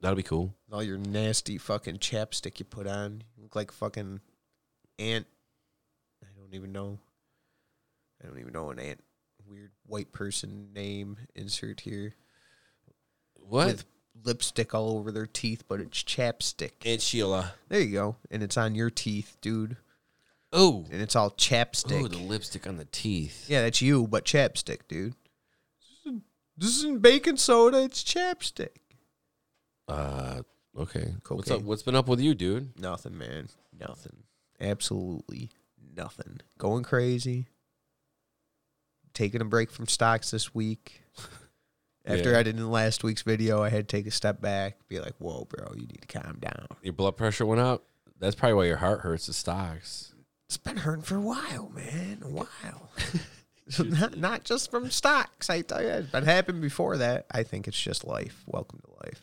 That'll be cool. All your nasty fucking chapstick you put on. You look like fucking ant. I don't even know. I don't even know an ant. Weird white person name insert here. What? With lipstick all over their teeth, but it's chapstick. Aunt Sheila. There you go. And it's on your teeth, dude. Oh. And it's all chapstick. Oh, the lipstick on the teeth. yeah, that's you, but chapstick, dude. This isn't baking soda, it's chapstick. Uh, okay. What's Cocaine. up? What's been up with you, dude? Nothing, man. Nothing. Absolutely nothing. Going crazy. Taking a break from stocks this week. After Yeah. I did in last week's video, I had to take a step back, be like, whoa, bro, you need to calm down. Your blood pressure went up. That's probably why your heart hurts. The stocks. It's been hurting for a while, man. A while. not, not just from stocks. I tell you, it's been happening before that. I think it's just life. Welcome to life.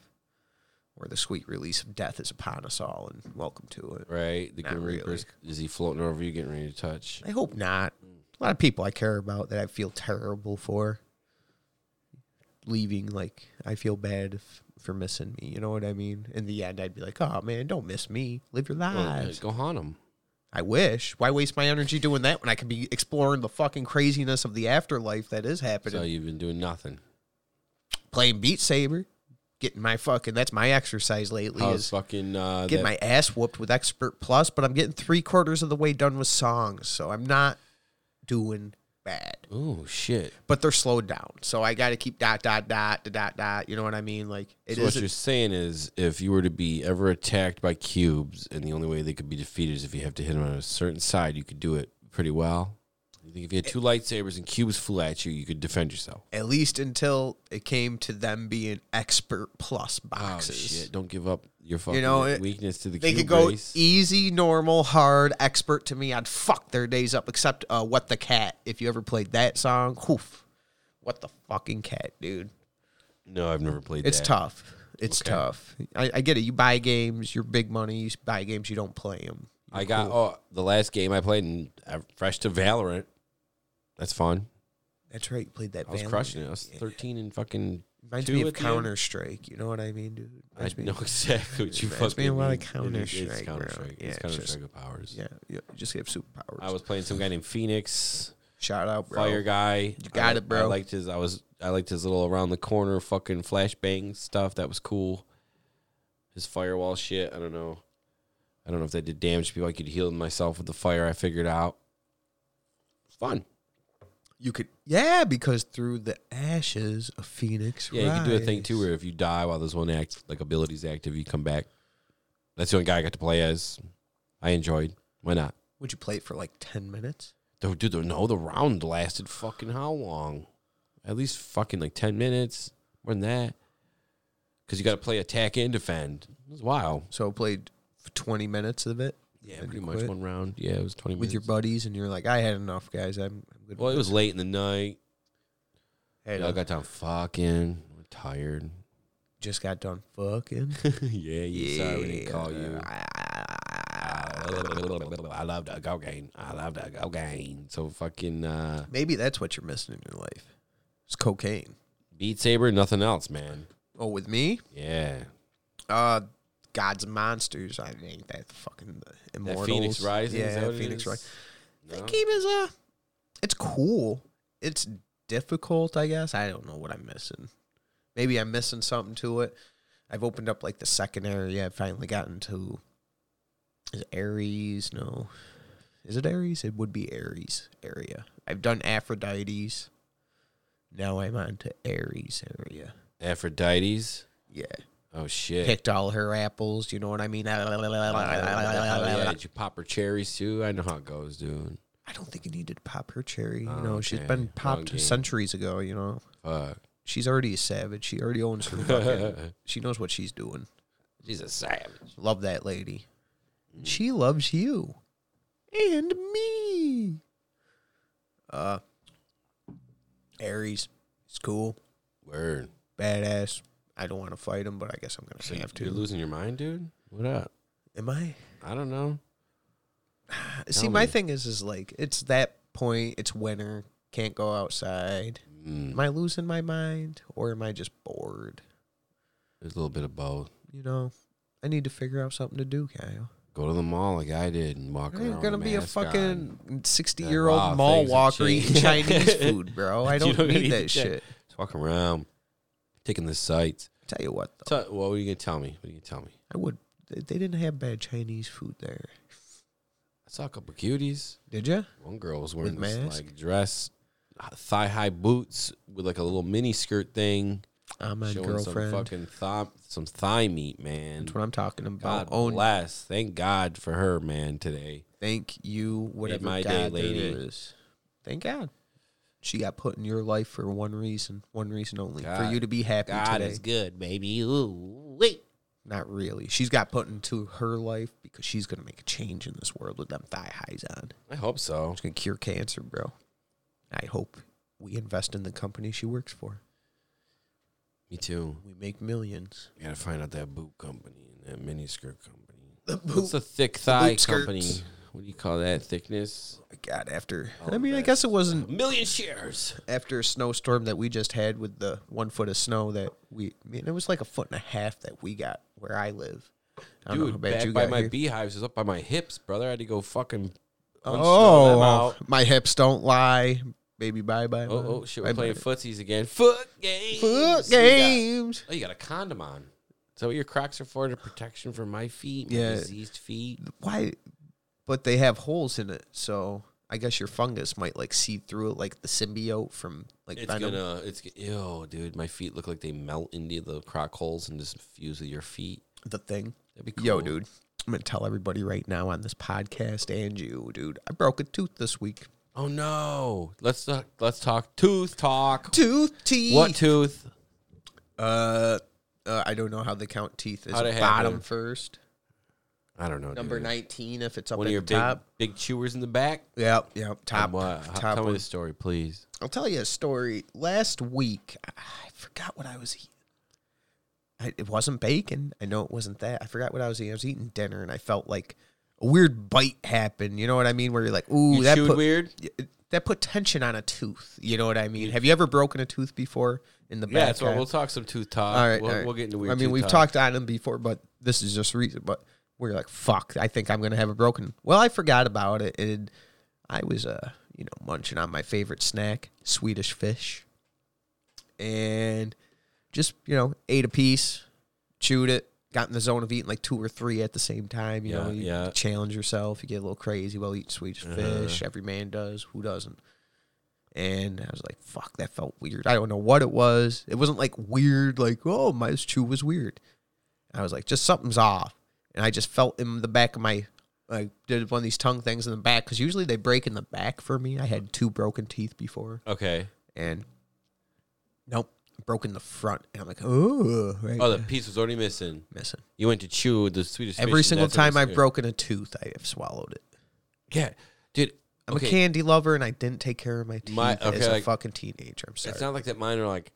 Where the sweet release of death is upon us all, and welcome to it. Right? The Not Grim really. Reaper's is he floating over you getting ready to touch? I hope not. A lot of people I care about that I feel terrible for leaving. Like I feel bad if, for missing me. You know what I mean? In the end, I'd be like, "Oh man, don't miss me. Live your Well, lives." go haunt him. I wish. Why waste my energy doing that when I could be exploring the fucking craziness of the afterlife that is happening? So you've been doing nothing. Playing Beat Saber, getting my fucking. That's my exercise lately. How's is fucking uh, get that- my ass whooped with Expert Plus, but I'm getting three quarters of the way done with songs, so I'm not doing bad. Oh shit! but they're slowed down. So I got to keep dot dot dot dot, dot dot. You know what I mean? Like it so what you're is. saying is, if you were to be ever attacked by cubes, and the only way they could be defeated is if you have to hit them on a certain side, you could do it pretty well. You think if you had two lightsabers and cubes flew at you, you could defend yourself? At least until it came to them being expert plus Oh boxes. shit! Don't give up your fucking know, it- weakness to the They cube could go e race. easy, normal, hard, expert to me. I'd fuck their days up, except uh, What the Cat. If you ever played that song, whoof. What the fucking cat, dude. no, I've never played. It's that. tough. It's tough. I, I get it. You buy games, you're big money. You buy games, you don't play them. I got oh the last game I played and uh, fresh to Valorant. That's fun. That's right. You played that. I was Valorant. crushing it. I was thirteen and fucking. Reminds two me at of the end. Counter Strike. You know what I mean, dude? I Reminds me- know exactly what you reminds me fucking. a lot of mean. It is- Counter-Strike, bro. It's Counter Strike. Yeah, It's it's Counter Strike just- with powers. Yeah, yeah. You just get superpowers. I was playing some guy named Phoenix Shout out, bro. Fire guy. You got I, it, bro. I liked his. I was. I liked his little around the corner fucking flashbang stuff. That was cool. His firewall shit. I don't know. I don't know if that did damage to people. I could heal myself with the fire. I figured out. Fun. You could, yeah, because through the ashes of Phoenix. Yeah, you can do a thing too Rise. where if you die while there's one act like abilities active, you come back. That's the only guy I got to play as. I enjoyed. Why not? Would you play it for like ten minutes? Dude, dude, no, the round lasted fucking how long? At least fucking like ten minutes. More than that. Cause you gotta play attack and defend. It was wild. So I played for twenty minutes of it Yeah, you pretty much quit? one round. Yeah, it was twenty with minutes. your buddies, and you're like, I had enough, guys. I'm, I'm good. well, it was late in the night. Hey, I got down fucking tired. just got done fucking. yeah, you sorry we didn't call you. I love the cocaine. I love the cocaine. So fucking uh, Maybe that's what you're missing in your life. It's cocaine. Beat Saber, nothing else, man. Oh, with me, Yeah, uh, God's monsters. I think that fucking that immortals. Phoenix Rising. Yeah, is that what it Phoenix is? Rising. No? That game is uh, it's cool. It's difficult, I guess. I don't know what I'm missing. Maybe I'm missing something to it. I've opened up like the second area. I've finally gotten to is it Aries. No, is it Aries? It would be Aries area. I've done Aphrodites. Now I'm on to Aries area. Aphrodite's. Yeah, Oh shit. picked all her apples. You know what I mean? Oh, yeah, did you pop her cherries too? I know how it goes, dude. I don't think you needed to pop her cherry. You Oh, know, she's okay. been Wrong popped game. centuries ago. You know, Fuck. she's already a savage. She already owns her fucking. she knows what she's doing. She's a savage. Love that lady. She loves you and me. Uh, Aries, it's cool, Word. badass. I don't want to fight him, but I guess I'm gonna So have you're to. losing your mind, dude. What up? Am I? I don't know. See, Tell my me. thing is, is like it's that point. It's winter. Can't go outside. Mm, Am I losing my mind or am I just bored? there's a little bit of both. You know, I need to figure out something to do, Kyle. Go to the mall like I did and walk I'm around. gonna with be a mask on. fucking sixty Yeah, year old wow, mall things have walker eating changed. Chinese food, bro. I You don't, don't need need that to shit. check. Just walking around, taking the sights. Tell you what, though, Tell, what were you gonna tell me? What are you gonna tell me? I would. They, they didn't have bad Chinese food there, I saw a couple cuties. did you? One girl was wearing With this mask? like dress, thigh high boots with like a little mini skirt thing, I'm Ah, my showing girlfriend. some fucking thigh, some thigh meat, man. That's what I'm talking about. God Oh, bless. Thank God for her, man. Today, thank you, whatever my God day, there lady. is. Thank God. She got put in your life for one reason, one reason only, for God- you to be happy God today. is good, baby. Ooh, wait. Not really. She's got put into her life because she's gonna make a change in this world with them thigh highs on. I hope so. It's gonna cure cancer, bro. I hope we invest in the company she works for. Me too. We make millions. We gotta find out that boot company and that mini skirt company. The What's the thick thigh skirts. company? What do you call that thickness? God after. I'll I mean, I invest. guess it wasn't million shares. after a snowstorm that we just had with the one foot of snow that we. I mean, it was like a foot and a half that we got where I live. I don't know how Dude, bad back you by got my here. beehives is up by my hips, brother. I had to go fucking. unsnow them oh, out. my hips don't lie, baby. Bye bye. Oh, oh shit! We're Bye-bye. playing footsies again. Foot games. Foot You got- games. oh, you got a condom on. So your Crocs are for to protection for my feet, my Yeah. diseased feet. why but they have holes in it so i guess your fungus might like see through it like the symbiote from like It's venom gonna. It's g- ew, dude. My feet look like they melt into the croc holes and just fuse with your feet. the thing That'd be cool. yo dude i'm gonna tell everybody right now on this podcast and you dude i broke a tooth this week Oh no. Let's uh, let's talk tooth talk. Tooth teeth. What tooth? Uh, uh, I don't know how they count teeth. Is How'd it it bottom happen? first? I don't know. Number dude. nineteen, if it's up at One of your the top. big big chewers in the back. Yep, yep. Top, What? How- top Tell me one. the story, please. I'll tell you a story. Last week, I I forgot what I was eating. I, it wasn't bacon. I know it wasn't that. I forgot what I was eating. I was eating dinner, and I felt like a weird bite happened. You know what I mean? Where you're like, ooh, You that chewed put weird. y- that put tension on a tooth. You know what I mean? Have you ever broken a tooth before in the Yeah, back? that's why half? we'll talk some tooth talk. all right, Uh, we'll, all right. we'll get into weird. I mean, tooth we've talk. talked on them before, but this is just reason. But we're like, fuck. I think I'm gonna have a broken. Well, I forgot about it, and I was uh, you know, munching on my favorite snack, Swedish fish, and just you know, ate a piece, chewed it. Got in the zone of eating like two or three at the same time. You Yeah, know, you yeah. Uh-huh. challenge yourself. You get a little crazy while eating Swedish fish. Every man does. Who doesn't? And I was like, fuck, that felt weird. I don't know what it was. It wasn't like weird, like, oh, my this chew was weird. I was like, just something's off. And I just felt in the back of my, I did one of these tongue things in the back because usually they break in the back for me. I had two broken teeth before Okay. and nope, broken the front. And I'm like, oh, right Oh, the piece was already missing. missing. You went to chew the Swedish. fish, Every and single that's what time I've scared. broken a tooth, I have swallowed it. Yeah, dude. I'm okay, a candy lover and I didn't take care of my teeth My- as okay, a like- fucking teenager. I'm sorry. It's not like that. Mine are like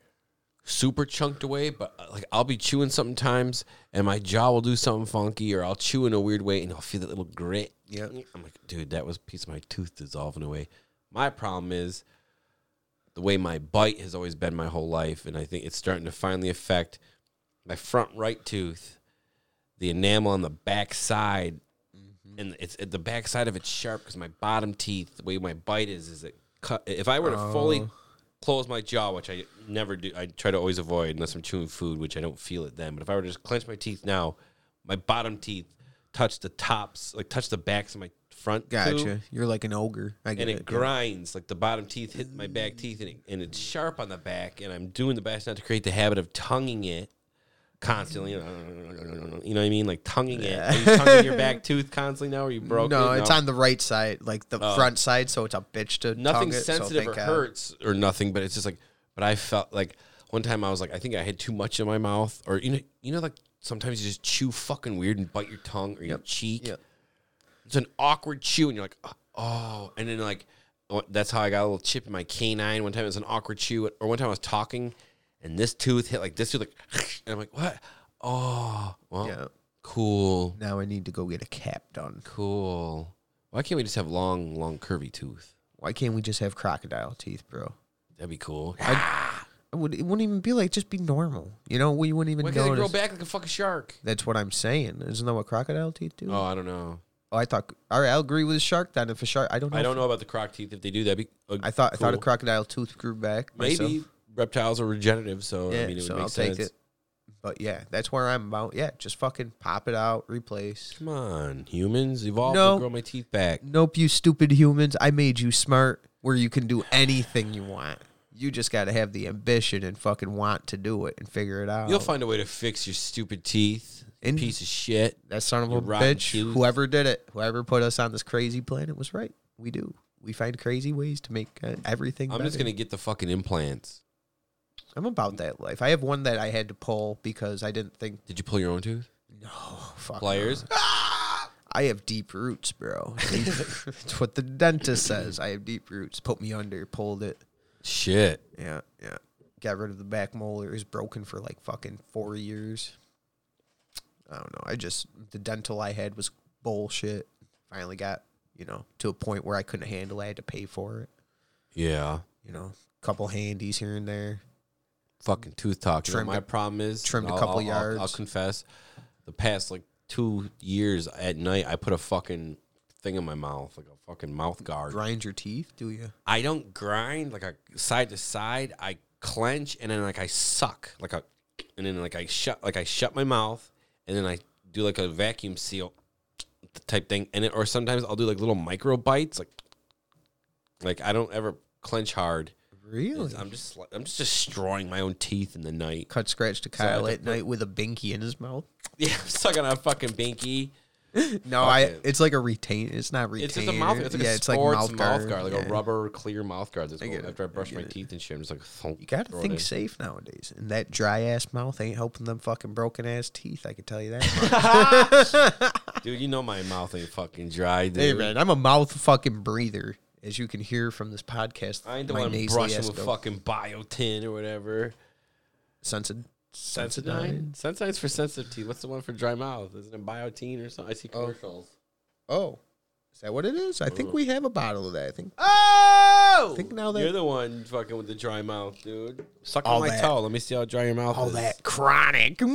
super chunked away, but uh, like I'll be chewing sometimes, and my jaw will do something funky, or I'll chew in a weird way, and I'll feel that little grit. Yeah. I'm like, dude, that was a piece of my tooth dissolving away. My problem is the way my bite has always been my whole life, and I think it's starting to finally affect my front right tooth, the enamel on the back side, and it's at the back side of it's sharp because my bottom teeth, the way my bite is, is it cut. If I were to fully close my jaw, which I never do, I try to always avoid unless I'm chewing food, which I don't feel it then. But if I were to just clench my teeth now, my bottom teeth touch the tops, like touch the backs of my front. two, Gotcha. You're like an ogre. I get and it. it grinds like the bottom teeth hit my back teeth and, it, and it's sharp on the back and i'm doing the best not to create the habit of tonguing it constantly you know what i mean like tonguing it are you tonguing your back tooth constantly now or you broke No, it? it's on the right side, like the front side, so it's a bitch to Oh. nothing tongue it, so sensitive thank or God. hurts or nothing but it's just like but i felt like one time i was like i think i had too much in my mouth or you know you know like sometimes you just chew fucking weird and bite your tongue or your cheek Yep. it's an awkward chew, and you're like, oh, and then like, oh, that's how I got a little chip in my canine. One time it was an awkward chew, or one time I was talking, and this tooth hit like this tooth, like, and I'm like, what? Oh, well, Yeah. cool, Now I need to go get a cap done. cool. Why can't we just have long, long, curvy tooth? Why can't we just have crocodile teeth, bro? That'd be cool. It, would, it wouldn't even be like just be normal. You know, we wouldn't even Why can't they grow notice. back like a fucking shark? That's what I'm saying. Isn't that what crocodile teeth do? Oh, I don't know. Oh, I thought. All right, I'll agree with a shark then. If a shark, I don't know. I if- don't know about the croc teeth. If they do, that'd be. uh, I thought I thought a cool. crocodile tooth grew back. myself. Maybe reptiles are regenerative, so Yeah, I mean, it would so make I'll sense. take it. But yeah, that's where I'm about. Yeah, just fucking pop it out, replace. Come on, humans evolve. No. and grow my teeth back. Nope, you stupid humans. I made you smart where you can do anything you want. You just got to have the ambition and fucking want to do it and figure it out. You'll find a way to fix your stupid teeth. And- piece of shit. that son of your a rotten bitch. tooth. Whoever did it, whoever put us on this crazy planet was right. We do. We find crazy ways to make uh, everything. I'm just better. gonna get the fucking implants. I'm about that life. I have one that I had to pull because I didn't think. Did you pull your own tooth? No, fuck. Pliers? I have deep roots, bro. Deep- That's what the dentist says. I have deep roots. Put me under, pulled it. Shit. Yeah, yeah. Got rid of the back molar. It was broken for like fucking four years. I don't know. I just the dental I had was bullshit. Finally got you know to a point where I couldn't handle. it. I had to pay for it. Yeah. You know, couple handies here and there. Fucking tooth talk. You know what Trimmed my a- problem is trimmed a I'll- couple I'll- I'll- I'll yards. confess. The past like two years at night, I put a fucking thing in my mouth, like a fucking mouth guard. Grind your teeth, do you? I don't grind like I side to side. I clench and then like I suck like a, and then like I shut like I shut my mouth and then I do like a vacuum seal type thing. And it, or sometimes I'll do like little micro bites like like I don't ever clench hard. Really? I'm just sli- I'm just destroying my own teeth in the night. Cut scratch to Kyle at night with a binky in his mouth. Yeah, I'm sucking on a fucking binky. No, I. it. It's like a retain. It's not retainer. It's just a mouth. It's like yeah, a it's like sports mouth guard. like yeah. a rubber clear mouth guard. That's I what- get it. after I brush I my get it. teeth and shit, I'm just like, thunk, You gotta throw it think in. safe nowadays, and that dry ass mouth ain't helping them fucking broken ass teeth. I can tell you that. dude. You know my mouth ain't fucking dry, dude. hey man, I'm a mouth fucking breather, as you can hear from this podcast. I ain't the My one nasally brushing ass with go- fucking biotin or whatever. Sensi- Sensodyne. Sensodyne. Sensodine's for sensitive teeth. What's the one for dry mouth? Isn't it biotin or something? I see commercials. Oh, is that what it is? I think we have a bottle of that. I think Oh, think now that- you're the one fucking with the dry mouth, dude. Suck All on my that- toe. Let me see how dry your mouth all is. that chronic. Who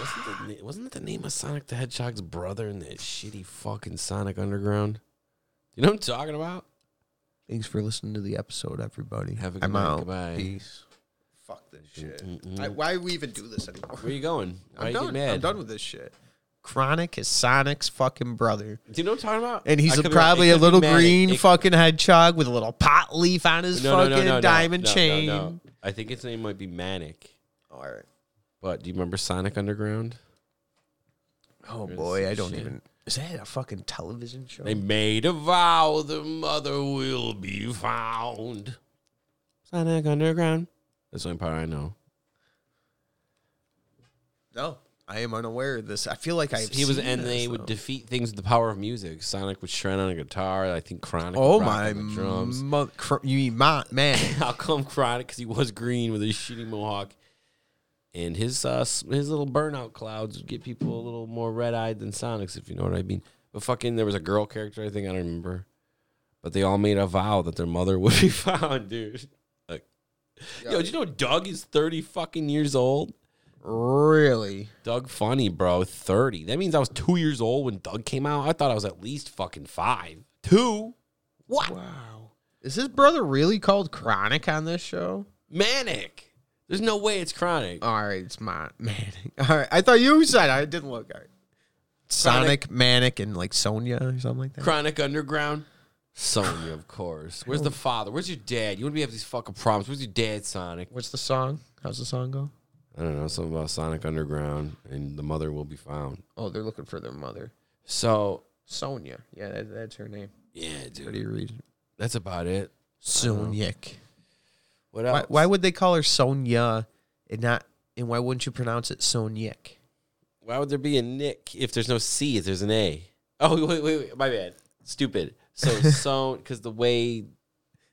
Wasn't, the, na- wasn't that the name of Sonic the Hedgehog's brother in that shitty fucking Sonic Underground? You know what I'm talking about? Thanks for listening to the episode, everybody. Have a good I'm night. out. Goodbye. Peace. Fuck this shit. I, why do we even do this anymore? Where you going? I'm Why you get done. mad? I'm done with this shit. Chronic is Sonic's fucking brother, Do you know what I'm talking about? and I he's a, could be- probably it a could be little mad. green It- fucking hedgehog with a little pot leaf on his no, no, no, fucking no, no, diamond no, no, chain. no. I think his name might be Manic. All right. But do you remember Sonic Underground? Oh There's boy, some I don't shit. even. Is that a fucking television show? They made a vow the mother will be found. Sonic Underground. That's the only part I know. No, I am unaware of this. I feel like I. he was, and they would defeat things with the power of music. Sonic would shred on a guitar. I think Chronic. Oh would rock my on the drums. mo- cr- you mean my man? How come Chronic? Because he was green with his shitty mohawk, and his uh, s- his little burnout clouds would get people a little more red eyed than Sonic's, if you know what I mean. But fucking, there was a girl character I think I don't remember, but they all made a vow that their mother would be found, dude. Like, yo, did you know Doug is thirty fucking years old? really? Doug Funny, bro, 30. That means I was two years old when Doug came out. I thought I was at least fucking five. Two? What? Wow. Is his brother really called Chronic on this show? Manic. There's no way it's chronic. All right, it's my Manic. All right, I thought you said I didn't look. All right. Sonic, Manic, and like Sonia or something like that. Chronic Underground? Sonya, of course. Where's the father? Where's your dad? You wouldn't be having these fucking problems. Where's your dad, Sonic? What's the song? How's the song go? I don't know. Something about Sonic Underground and the mother will be found. Oh, they're looking for their mother, So, Sonia. Yeah, that, that's her name. yeah, What dude. do you read? That's about it. Uh-huh. Sonic. What Why, else? why would they call her Sonia and not? And why wouldn't you pronounce it Sonic? Why would there be a Nick if there's no C, if there's an A? Oh, wait, wait, wait. My bad. Stupid. So, so, because the way.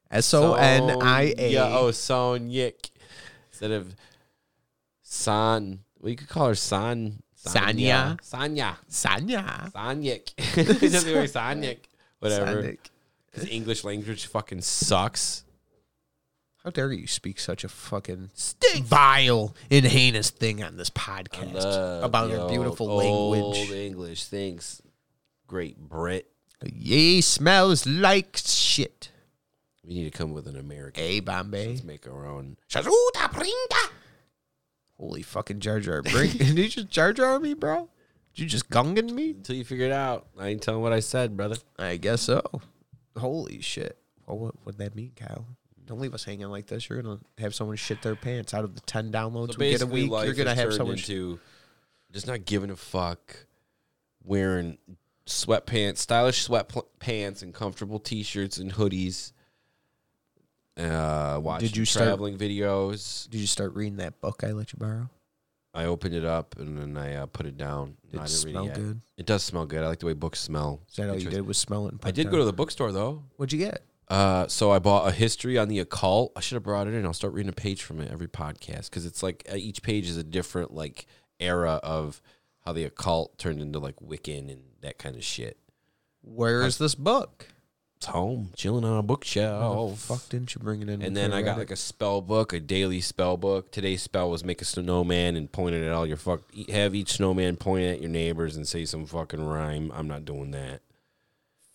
S O N I A. Yeah, oh, Sonic. Instead of San. Well, you could call her San. Sanya. Sanya. Sonia. Sonic. It doesn't work, Sonic. Whatever. Sonic. Because English language fucking sucks. How dare you speak such a fucking vile and heinous thing on this podcast Love about the our old, beautiful Old language? English. Thanks, Great Brit. Ye smells like shit. We need to come with an American. Hey, Bombay. Let's make our own. Charuta brinda. Holy fucking Jar Jar Brink. Did you just Jar Jar me, bro? Did you just gunging me? Until you figure it out, I ain't telling what I said, brother. I guess so. Holy shit. Well, what would that mean, Kyle? Don't leave us hanging like this. You're gonna have someone shit their pants out of the ten downloads we get a week. You're gonna have someone. sh- into just not giving a fuck, wearing sweatpants, stylish sweatpants, and comfortable T-shirts and hoodies. Uh, watching you start- traveling videos. Did you start reading that book I let you borrow? I opened it up and then I uh, put it down. Did No, I it didn't read smell yet. good? It does smell good. I like the way books smell. Is that all you did was smell it? And put I it did down? go to the bookstore though. What'd you get? Uh, so I bought a history on the occult. I should have brought it in. I'll start reading a page from it every podcast because it's like uh, each page is a different like era of how the occult turned into like Wiccan and that kind of shit. Where is this book? It's home, chilling on a Oh, bookshelf. fuck! Didn't you bring it in? And then I got like a spell book, a daily spell book. Today's spell was make a snowman and point it at all your fuck. e- Have each snowman point at your neighbors and say some fucking rhyme. I'm not doing that.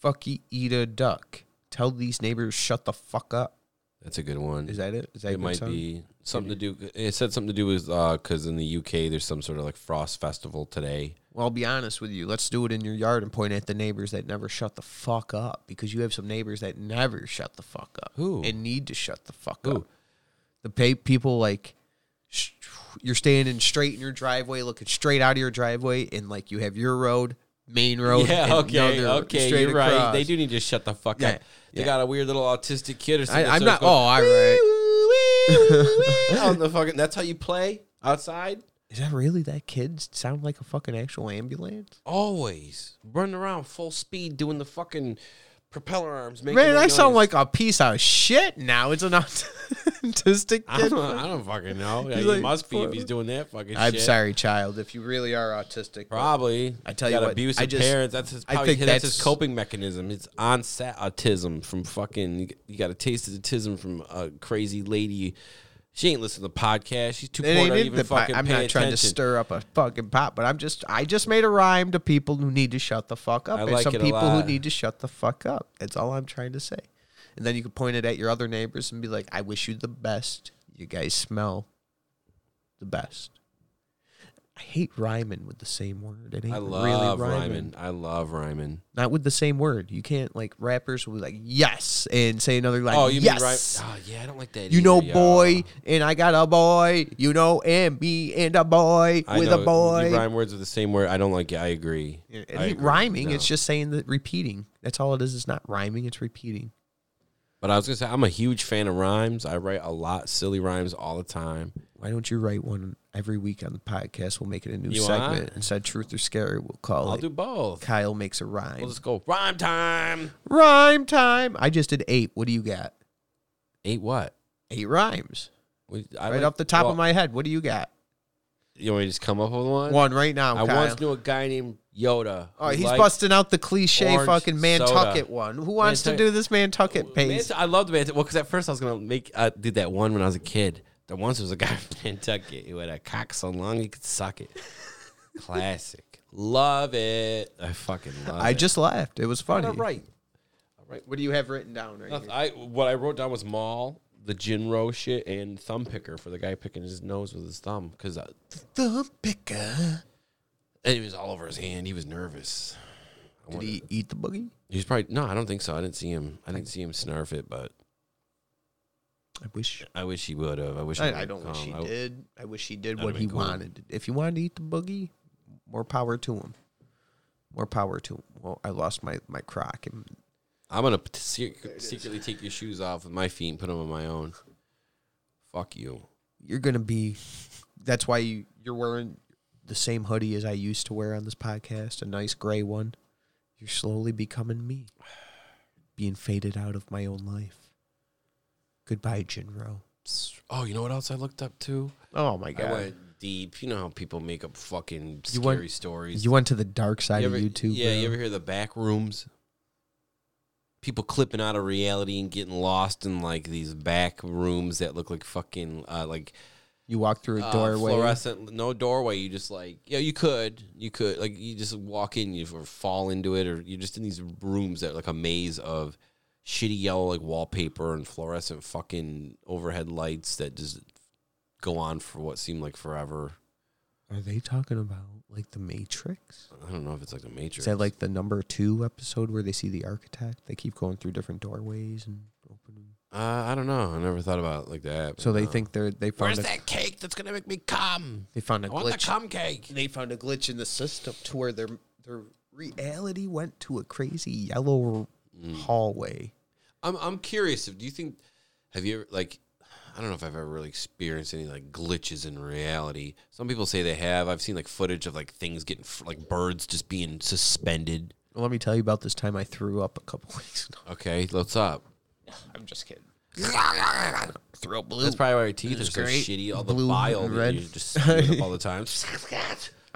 fucky eat a duck. Tell these neighbors shut the fuck up. That's a good one. Is that it? Is that a it good might song? be something to do. It said something to do with because in the UK there's some sort of like frost festival today. Well, I'll be honest with you. Let's do it in your yard and point at the neighbors that never shut the fuck up because you have some neighbors that never shut the fuck up. Who? And need to shut the fuck Who? up. The pay people like sh- you're standing straight in your driveway, looking straight out of your driveway, and like you have your road, main road. Oh, and Yeah, okay, another road okay, straight you're right. across. They do need to shut the fuck Yeah, up. They yeah. got a weird little autistic kid or something. I, I'm so not. it's Oh, going, all right. on the fucking. That's how you play outside. Is that really that kid sound like a fucking actual ambulance? Always running around full speed, doing the fucking propeller arms. Making Man, that I sound like noise. a piece of shit now. It's an aut- autistic I kid. don't, I don't fucking know. He's he like, must be if "Fuck." he's doing that fucking. I'm shit. sorry, child, if you really are autistic. Probably. I tell you got what, abusive I just- parents. That's his. I Probably, think that's, his that's- coping mechanism. It's onset autism from fucking. You got a taste of autism from a crazy lady. She ain't listening to the podcast. She's too It poor ain't to in even the pot. fucking I'm pay not trying to attention. stir up a fucking pot, but I'm just I just made a rhyme to people who need to shut the fuck up. I and like some it a people who lot. need to shut the fuck up. That's all I'm trying to say. And then you can point it at your other neighbors and be like, I wish you the best. You guys smell the best. I hate rhyming with the same word. It ain't I really love rhyming. rhyming. I love rhyming. Not with the same word. You can't like rappers will be like yes and say another like oh, you yes. mean rhyme? Oh, yeah, I don't like that. You know, either, yo. boy, and I got a boy. You know, and me and a boy I with know, a boy. You rhyme words with the same word. I don't like it. I agree. It I ain't agree. rhyming. No. It's just saying that repeating. That's all it is. It's not rhyming. It's repeating. But I was gonna say I'm a huge fan of rhymes. I write a lot silly rhymes all the time. Why don't you write one every week on the podcast? We'll make it a new You segment want? instead. Truth or scary, we'll call I'll it. do both. Kyle makes a rhyme. We'll just go rhyme time. Rhyme time. I just did eight. What do you got? Eight what? Eight rhymes We- I right like- off the top well, of my head. What do you got? You want me to just come up with one? One right now, I Kyle. once knew a guy named Yoda. Oh, who he's liked- busting out the cliche orange fucking Nantucket soda. Oh, one. Who wants to Nantucket- do this Nantucket pace? Manta- I loved Mantucket. Well, because at first I was gonna make uh, did that one when I was a kid. The once was a guy from Nantucket who had a cock so long he could suck it. Classic. Love it. I fucking love I it. just laughed. It was funny. All right. What do you have written down right here? I what I wrote down was Maul, the Jinro shit, and thumb picker for the guy picking his nose with his thumb because uh, The picker. it was all over his hand. He was nervous. Did he eat the boogie? He's probably no. I don't think so. I didn't see him. I didn't see him snarf it, but I wish. I wish he would have. I wish. he I, I would've don't wish come. he I- did. I wish he did That'd what be he cool. wanted. If he wanted to eat the boogie, more power to him. More power to him. Well, I lost my my crock and I'm gonna p- sec- secretly take your shoes off with my feet and put them on my own. Fuck you. you're gonna be. That's why you you're wearing the same hoodie as I used to wear on this podcast, a nice gray one. You're slowly becoming me, being faded out of my own life. Goodbye, Jinro. Oh, you know what else I looked up to? Oh my I went deep. You know how people make up fucking You scary went- stories. You went to the dark side You ever- of YouTube. Yeah, bro. you ever hear the back rooms? People clipping out of reality and getting lost in like these back rooms that look like fucking uh, like You walk through a uh, doorway. fluorescent, no doorway. You just like yeah, you could, you could like you just walk in, you or fall into it, or you're just in these rooms that are like a maze of shitty yellow like wallpaper and fluorescent fucking overhead lights that just go on for what seemed like forever. Are they talking about like the Matrix? I don't know if it's like the Matrix. Is that like the number two episode where they see the architect? They keep going through different doorways and opening. uh, I don't know. I never thought about it like that. So they No. think they're they found Where's a, that cake that's gonna make me cum? they found a I want the glitch. cum cake. They found a glitch in the system to where their their reality went to a crazy yellow hallway. I'm I'm curious. if- Do you think have you ever like I don't know if I've ever really experienced any like glitches in reality. Some people say they have. I've seen like footage of like things getting f- like birds just being suspended. Well, let me tell you about this time I threw up a couple weeks ago. Okay, what's up? I'm just kidding. Throw blue. That's probably why your teeth are It's so great. shitty. All the Blue, bile that red. you just spewing up all the time.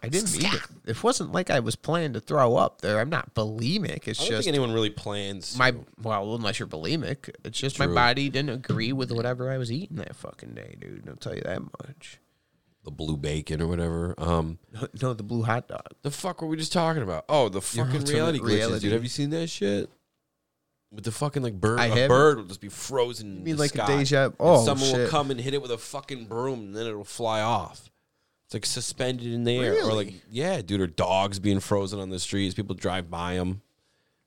I didn't eat it. It wasn't like I was planning to throw up there. I'm not bulimic. It's I don't just think anyone really plans. my to. well, unless you're bulimic, it's just my True. body didn't agree with whatever I was eating that fucking day, dude. I'll tell you that much. the blue bacon or whatever. Um, No, the blue hot dog. The fuck were we just talking about? Oh, the fucking alternate reality glitches, reality. dude. Have you seen that shit? With the fucking like bird, I a haven't. bird will just be frozen. You mean the like a sky, deja- and oh, someone will shit. come and hit it with a fucking broom, and then it'll fly off. It's like suspended in the air, or like Really? yeah, dude. Or dogs being frozen on the streets. People drive by them.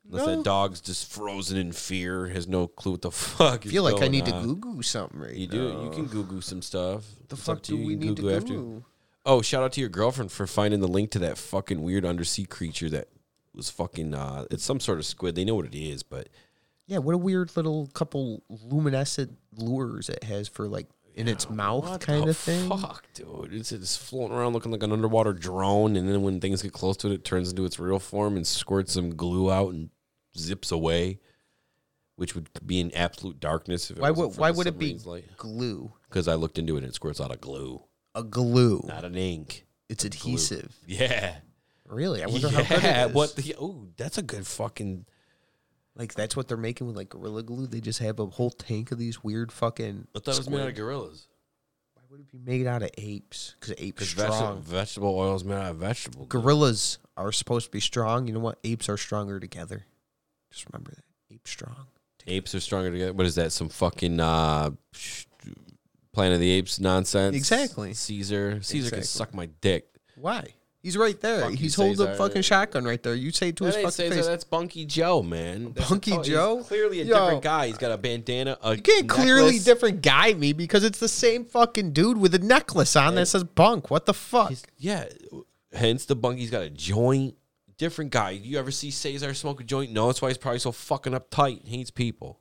Unless that dog's just frozen in fear, has no clue what the fuck. I is feel like I going need to on. Google something right You now. do. You can Google some stuff. The It's up fuck to do you. we You can need to Google after. Google? Oh, shout out to your girlfriend for finding the link to that fucking weird undersea creature that was fucking. Uh, it's some sort of squid. They know what it is, but Yeah, what a weird little couple luminescent lures it has for like in its mouth kind the of thing. Fuck, dude! It's, it's floating around looking like an underwater drone, and then when things get close to it, it turns into its real form and squirts some glue out and zips away, which would be in absolute darkness. If it Why wasn't would for why the would it be submarine's light. glue? Because I looked into it, and it squirts out of glue, A glue. not an ink. It's adhesive. Yeah. Really? I wonder yeah, how good it is. what the oh, that's a good fucking like that's what they're making with like gorilla glue. They just have a whole tank of these weird fucking. I thought it was made out of squid. gorillas. Why would it be made out of apes? Because apes Because strong. vegetable oil is made out of vegetable. Gorillas are supposed to be strong. You know what? Apes are stronger together. Just remember that. Apes strong. Apes are stronger together. What is that? Some fucking uh, sh- Planet of the Apes nonsense. Exactly. Caesar. Caesar Exactly. can suck my dick. Why? He's right there. Fuck you, He's holding a Cesar. fucking shotgun right there. You say to That his ain't fucking Caesar. face. That's Bunky Joe, man. That's Bunky he's Joe? Clearly a Yo. different guy. He's got a bandana. A You can't clearly necklace. different guy me because it's the same fucking dude with a necklace on that says bunk. What the fuck? He's- yeah. Hence the bunkie has got a joint. Different guy. You ever see Cesar smoke a joint? No, that's why he's probably so fucking uptight. He hates people.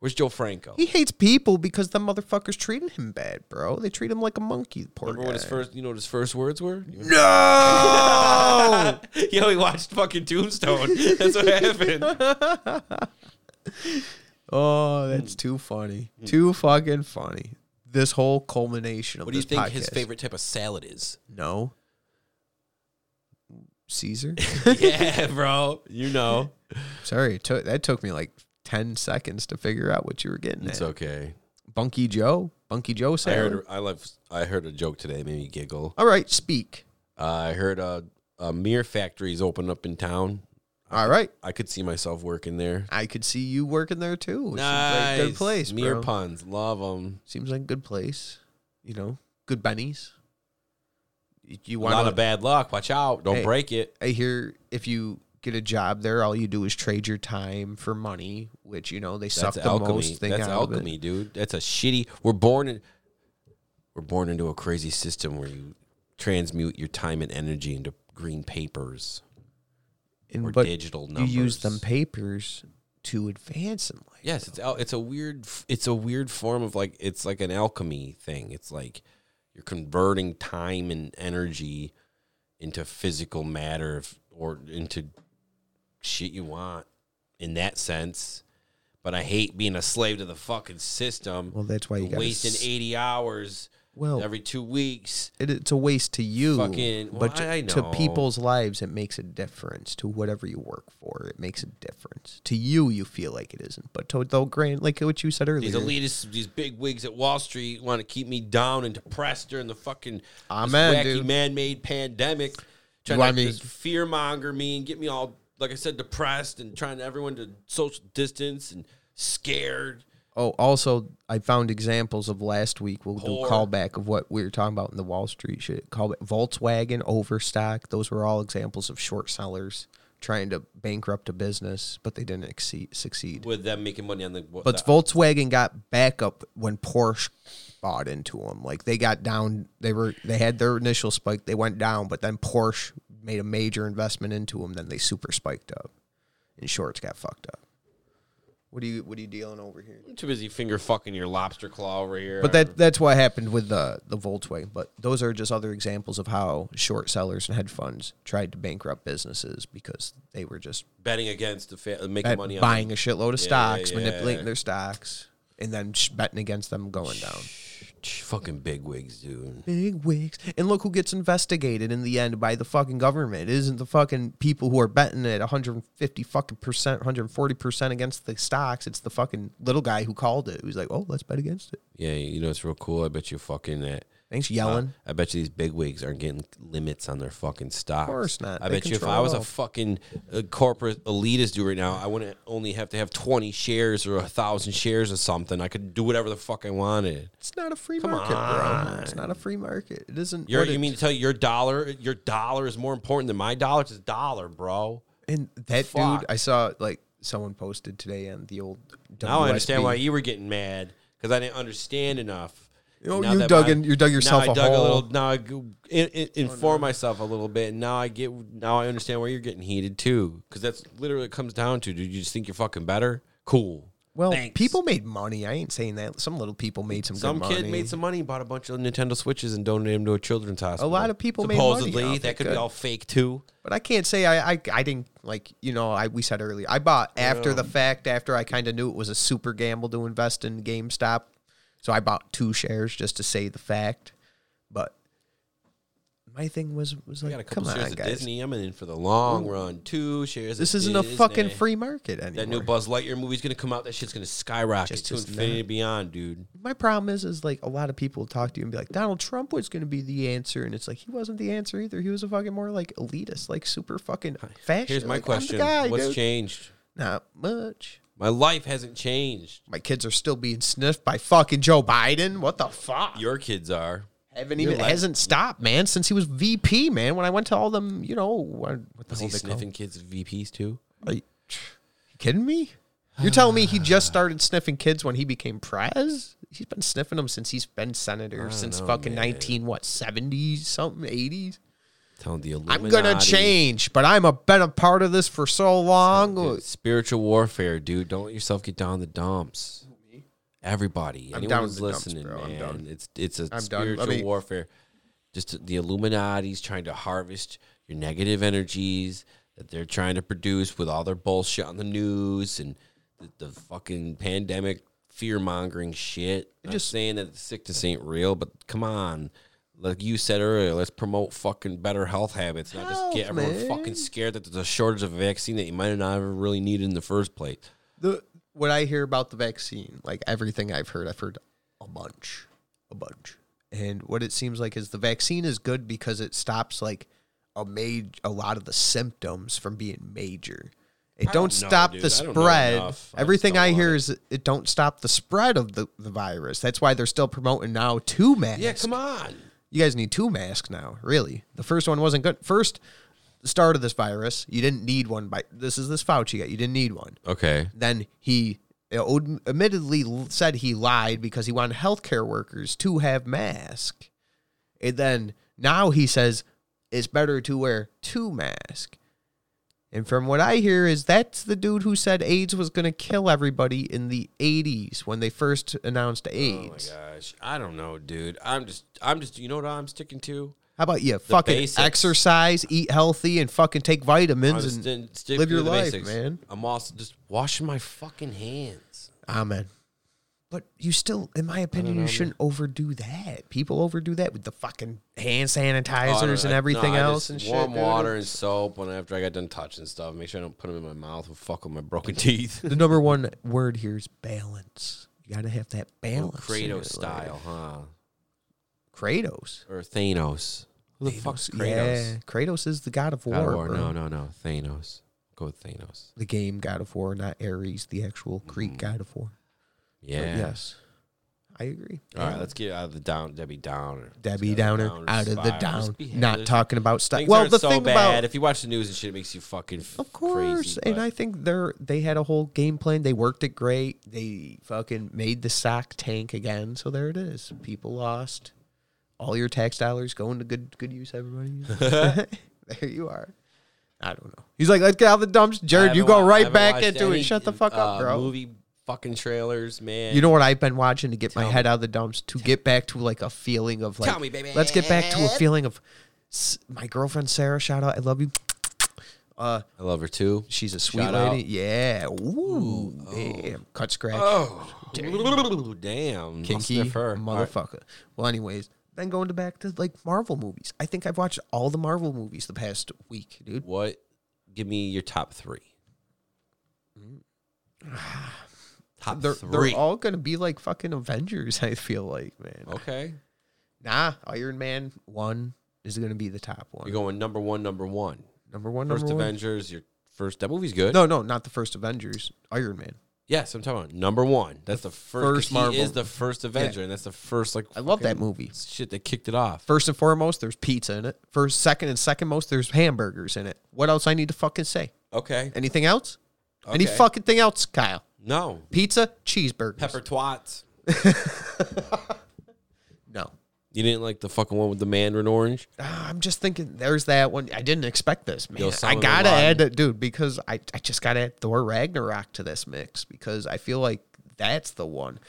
Where's Joe Franco? He hates people because the motherfuckers treating him bad, bro. They treat him like a monkey. the Poor Remember what his guy. Ah! first? You know what his first words were? No. Yo, he watched fucking Tombstone. That's what happened. Hmm. oh, that's too funny. Too fucking funny. This whole culmination of What do you this think his podcast. favorite type of salad is? No. Caesar. yeah, bro. You know. Sorry, it took, that took me like ten seconds to figure out what you were getting at. It's okay. Bunky Joe. Bunky Joe I salad. heard I love I heard a joke today, that made me giggle. All right, speak. Uh, I heard a, a mirror factory's opened up in town. All right. I could see myself working there. I could see you working there too. which seems like a good place, Mirror bro. puns. Love them. Seems like a good place. You know, good bennies. Y- You A lot want of to? bad luck. Watch out. Don't Hey. break it. I hear if you get a job there, all you do is trade your time for money, which you know they suck That's the alchemy. most thing That's out alchemy, dude. That's a shitty. We're born in. We're born into a crazy system where you transmute your time and energy into green papers of it. And, or but digital you numbers. use them papers to advance in life. Yes, it's al- it's a weird f- it's a weird form of like it's like an alchemy thing. It's like you're converting time and energy into physical matter if- or into shit you want in that sense. But I hate being a slave to the fucking system. Well, that's why you got wasting to. eighty hours Well, every two weeks. it, it's a waste to you, Fucking- well, but to, I to know. people's lives, it makes a difference. To whatever you work for, it makes a difference. To you, you feel like it isn't, but to the grand, like what you said earlier, These elitists, these big wigs at Wall Street want to keep me down and depressed during the fucking this Amen, wacky dude. man-made pandemic. You Trying want to me- just fear monger me and get me all, like I said, depressed and trying to everyone to social distance and scared. Oh, also, I found examples of last week. We'll do Whore. a callback of what we were talking about in the Wall Street shit. Call it Volkswagen, Overstock. Those were all examples of short sellers trying to bankrupt a business, but they didn't exceed, succeed. With them making money on the But Volkswagen got backup when Porsche bought into them. Like they got down, they were they had their initial spike, they went down, but then Porsche made a major investment into them. Then they super spiked up, and shorts got fucked up. What are you What are you dealing over here? I'm too busy finger fucking your lobster claw over here. But that that's what happened with the the Volkswagen. But those are just other examples of how short sellers and hedge funds tried to bankrupt businesses because they were just betting against the fa- uh, making bet- money on buying a shitload of stocks, yeah, manipulating yeah. their stocks, and then sh- betting against them going down. fucking big wigs, dude. Big wigs. And look who gets investigated in the end by the fucking government. It isn't the fucking people who are betting at 150 fucking percent, 140 percent against the stocks. It's the fucking little guy who called it. Who's like, oh, let's bet against it. Yeah, you know it's real cool. I bet you fucking that. Thanks, yelling. I bet you these big wigs aren't getting limits on their fucking stocks. Of course not. I They bet you if I control was a all. fucking uh, corporate elitist dude right now, I wouldn't only have to have 20 shares or a 1,000 shares or something. I could do whatever the fuck I wanted. It's not a free market, bro. It's not a free market. It isn't. Your, what you it- mean to tell you your dollar, your dollar is more important than my dollar? It's a dollar, bro. And that Fuck. dude, I saw like someone posted today on the old. Now I understand WSB. why you were getting mad because I didn't understand enough. Oh, Now you that dug my- in- you dug now yourself I a dug hole. Oh, little. Now I go- in, in, inform myself a little bit, and now I get. Now I understand why you're getting heated too, because that's literally what it comes down to. Dude, you just think you're fucking better. Cool. Well, Thanks. people made money. I ain't saying that. Some little people made some. Some good kid money. made some money, bought a bunch of Nintendo Switches, and donated them to a children's hospital. lot of people made money supposedly off it, that could be good. all fake too. But I can't say I, I I didn't like you know I we said earlier I bought after the fact after I kind of knew it was a super gamble to invest in GameStop, so I bought two shares just to say the fact. But my thing was was I like, got a couple come on, shares guys, of Disney. I'm in for the long run. Two shares. this of isn't a Disney. fucking free market anymore. That new Buzz Lightyear movie's gonna come out. That shit's gonna skyrocket Just to as infinity and beyond, dude. my problem is is like a lot of people talk to you and be like Donald Trump was going to be the answer and it's like he wasn't the answer either he was a fucking more like elitist like super fucking fashion Here's my Like, I'm the question: guy, What's dude. changed? not much My life hasn't changed. my kids are still being sniffed by fucking Joe Biden what the fuck Your kids are. haven't your even life- hasn't stopped man since he was VP man when I went to all them you know what, what the Is hell he they call sniffing kids' VPs too? Are you, you kidding me? You're telling me he just started sniffing kids when he became prez? He's been sniffing them since he's been senator since fucking nineteen what seventy something eighties. Telling the Illuminati. I'm gonna change, but I'm a been a part of this for so long. Dude, spiritual warfare, dude. Don't let yourself get down in the dumps. Everybody, I'm anyone down who's with the dumps, listening, bro. I'm man, done. it's it's a done. spiritual Let me- warfare. Just the Illuminati's trying to harvest your negative energies that they're trying to produce with all their bullshit on the news and the, the fucking pandemic fear mongering shit. I'm just just- saying that the sickness ain't real, but come on. Like you said earlier, let's promote fucking better health habits, not just get Health, everyone man. fucking scared that there's a shortage of a vaccine that you might not have really needed in the first place. The what I hear about the vaccine, like everything I've heard, I've heard a bunch, a bunch. And what it seems like is the vaccine is good because it stops like a maj- a lot of the symptoms from being major. It don't, know, stop dude. the I don't know spread. enough. I just Everything don't I want hear is it don't stop the spread of the, the virus. That's why they're still promoting now two masks. Yeah, come on. You guys need two masks now, really. The first one wasn't good. First the start of this virus, you didn't need one by this is this Fauci guy. You didn't need one Okay. then he od- admittedly l- said he lied because he wanted healthcare workers to have masks. And then now he says it's better to wear two masks. And from what I hear is that's the dude who said AIDS was going to kill everybody in the 80s when they first announced AIDS. Oh my gosh. I don't know, dude. I'm just I'm just you know what I'm sticking to? How about you fucking basics. exercise, eat healthy and fucking take I'm vitamins just and in- stick live to your the life, basics. man. I'm also just washing my fucking hands. Amen. But you still, in my opinion, you shouldn't overdo that. People overdo that with the fucking hand Oh, I don't sanitizers know. and I- everything no, I else just and warm shit. dude. water and soap when after I got done touching stuff. Make sure I don't put them in my mouth and fuck with my broken teeth. The number one word here is balance. You gotta have that balance. in your Kratos life. style, huh? Kratos. Or Thanos. Who the fuck's Kratos? Yeah, Kratos is the god of war. God of War. bro. No, no, no. Thanos. Go with Thanos. The game god of war, not Ares, the actual Greek god of war. But Mm-hmm. Yeah. yes, I agree. All right, let's get out of the down Debbie Downer. Debbie Let's get Downer, out of the spiral. down. Just be happy. Not There's- talking about stuff. Things Well, aren't the so thing bad. about if you watch the news and shit, it makes you fucking f- Of course, crazy, and but I think they're they had a whole game plan. They worked it great. They fucking made the sock tank again. So there it is. People lost. All your tax dollars going to good good use. Everybody, there you are. I don't know. He's like, let's get out of the dumps, I Jared. You haven't go wa- I right haven't back watched into any, it. Shut the fuck up, uh, bro. Movie fucking trailers, man. You know what I've been watching to get my head out of the dumps to get back to like a feeling of like Tell me, baby. let's get back to a feeling of s- my girlfriend Sarah. Shout out, I love you. Uh, I love her too. She's a sweet Shout lady. Yeah. Ooh. Damn. Cut scratch. Oh, damn, damn. kinky Kinky her. All right. motherfucker. Well, anyways, then going to back to like Marvel movies. I think I've watched all the Marvel movies the past week, dude. What? Give me your top three. top Mm. They're, 3 they're all gonna be like fucking Avengers. I feel like, man. okay. Nah, Iron Man one is gonna be the top one. You're going number one, number one. number one, First number one. Avengers. Your first. That movie's good. No, no, not the first Avengers. Iron Man. Yes, I'm talking about number one. That's the, first first. 'cause he Marvel. is the first Avenger, and that's the first like I love that fucking movie. Shit that kicked it off. First and foremost, there's pizza in it. First, second, and second most, there's hamburgers in it. What else I need to fucking say? Okay. Anything else? Any Okay. fucking thing else, Kyle? No. Pizza, cheeseburgers. Pepper twats. No. You didn't like the fucking one with the mandarin orange? Ah, I'm just thinking there's that one. I didn't expect this, man. Yo, I Solomon gotta Rod. add that, dude, because I, I just gotta add Thor Ragnarok to this mix because I feel like that's the one.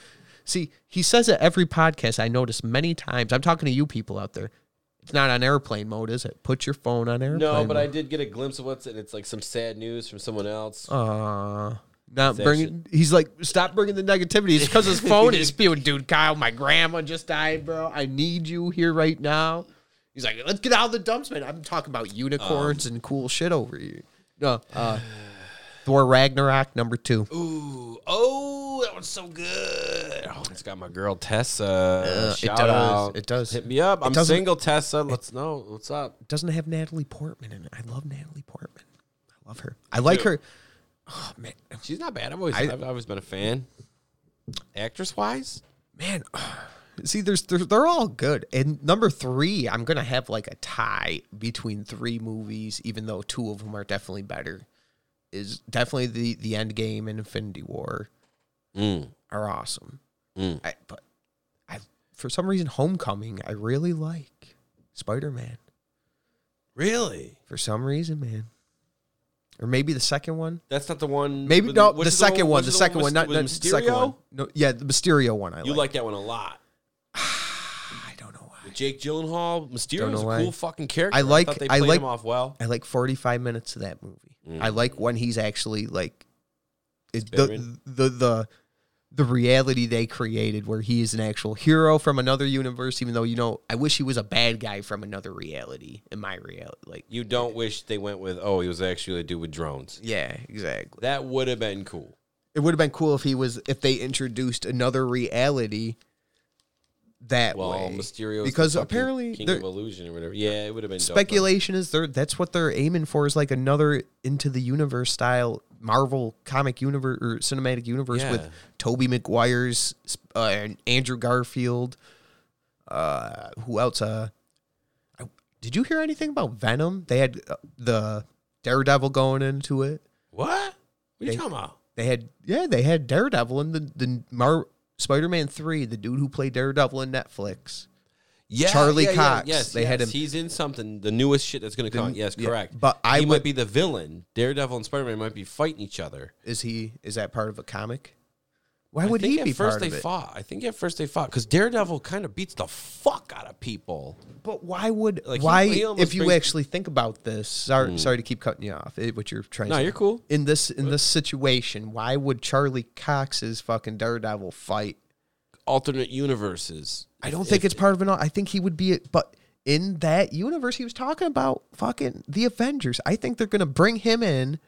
See, he says it every podcast. I notice many times. I'm talking to you people out there. It's not on airplane mode, is it? Put your phone on airplane. No, but I mode. did get a glimpse of what's it. It's like some sad news from someone else. Uh, not bringing. He's like, stop bringing the negativity. It's because his phone is spewing, dude. Kyle, my grandma just died, bro. I need you here right now. He's like, let's get out of the dumps, man. I'm talking about unicorns and cool shit over here. No, uh, Thor Ragnarok number two. Ooh, oh, that one's so good. Oh, it's got my girl Tessa. Shout Uh, does, out. it does. Hit me up. I'm doesn't- single, Tessa. Let's know what's up. doesn't have Natalie Portman in it. I love Natalie Portman. I love her. I like her. Oh man, She's not bad. I've always, I, I- have always been a fan. Actress wise, man. See, there's they're, they're all good. And number three, I'm gonna have like a tie between three movies, even though two of them are definitely better. Is definitely the the End Game and Infinity War Mm. are awesome. I, but I for some reason Homecoming I really like Spider Man really? for some reason, man. Or maybe the second one. That's not the one. Maybe with- no, which the is second one, which the is second with- one, not, with not the second Mysterio? one. No, yeah, the Mysterio one. I You like. like that one a lot. I don't know why. Jake Gyllenhaal, Mysterio Don't know is a why. cool fucking character. I like- I, thought they I played like- him off well. I like 45 minutes of that movie. Mm. I like when he's actually like it, the, Spider-Man? the the the reality they created where he is an actual hero from another universe even though you know I wish he was a bad guy from another reality in my reality like You don't wish they went with oh, he was actually a dude with drones. yeah, exactly. That would have been cool. It would have been cool if he was if they introduced another reality that Well, way. Mysterio because apparently King they're- of Illusion or whatever. Yeah, it would have been dope, though. speculation is they're that's what they're aiming for is like another into the universe style Marvel comic universe or cinematic universe with Yeah. Toby Maguire's uh, and Andrew Garfield. Uh, who else? Uh, I, did you hear anything about Venom? They had uh, the Daredevil going into it. What? What are you talking about? They had yeah, they had Daredevil in the the Mar- Spider-Man three, the dude who played Daredevil in Netflix. Yeah, Charlie yeah, yeah, Cox. yes, They had yes, him- He's in something. The newest shit that's going to come. out. Yes, yeah, correct. but I he might would- be the villain. Daredevil and Spider Man might be fighting each other. Is he is that part of a comic? Why would I think he at be first part they of it? fought. I think at first they fought because Daredevil kind of beats the fuck out of people. But why would Like, he- why he almost if you brings- actually think about this? Sorry, sorry to keep cutting you off. It, what Mm. you're trying? No, to you're cool. In this in this situation, why would Charlie Cox's fucking Daredevil fight? Alternate universes. I don't think it's part of an. I think he would be, but in that universe, he was talking about fucking the Avengers. I think they're gonna bring him in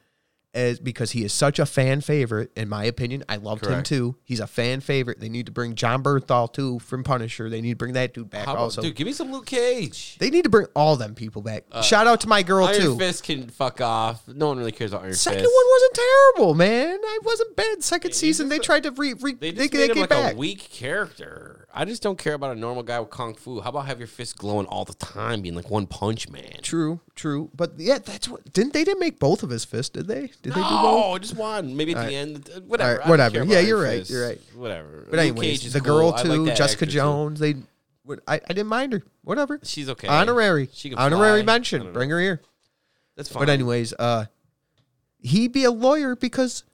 as because he is such a fan favorite. In my opinion, I loved him Correct. too. He's a fan favorite. They need to bring John Bernthal too from Punisher. They need to bring that dude back How about, also. dude, give me some Luke Cage. They need to bring all them people back. Shout out to my girl Uh, Iron too. Fist can fuck off. No one really cares about Iron Second Fist. one wasn't terrible, man. I wasn't bad. Second season, they just- tried to re, re They they, just they, made him get like back. a weak character. I just don't care about a normal guy with kung fu. How about have your fist glowing all the time, being like One Punch Man? True, true. But yeah, that's what didn't they didn't make both of his fists, did they? Did they do both? No, just one. Maybe at the end, uh, whatever. All right, I don't whatever. care about Yeah, Iron you're right, Fist. you're right. Whatever. But Luke anyways, Cage is the cool. girl I like too, that Jessica actress, too. Jones. They, what, I I didn't mind her. Whatever. She's okay. Honorary, She can honorary fly. I mention. don't Bring her here. That's fine. But anyways, uh, he be a lawyer because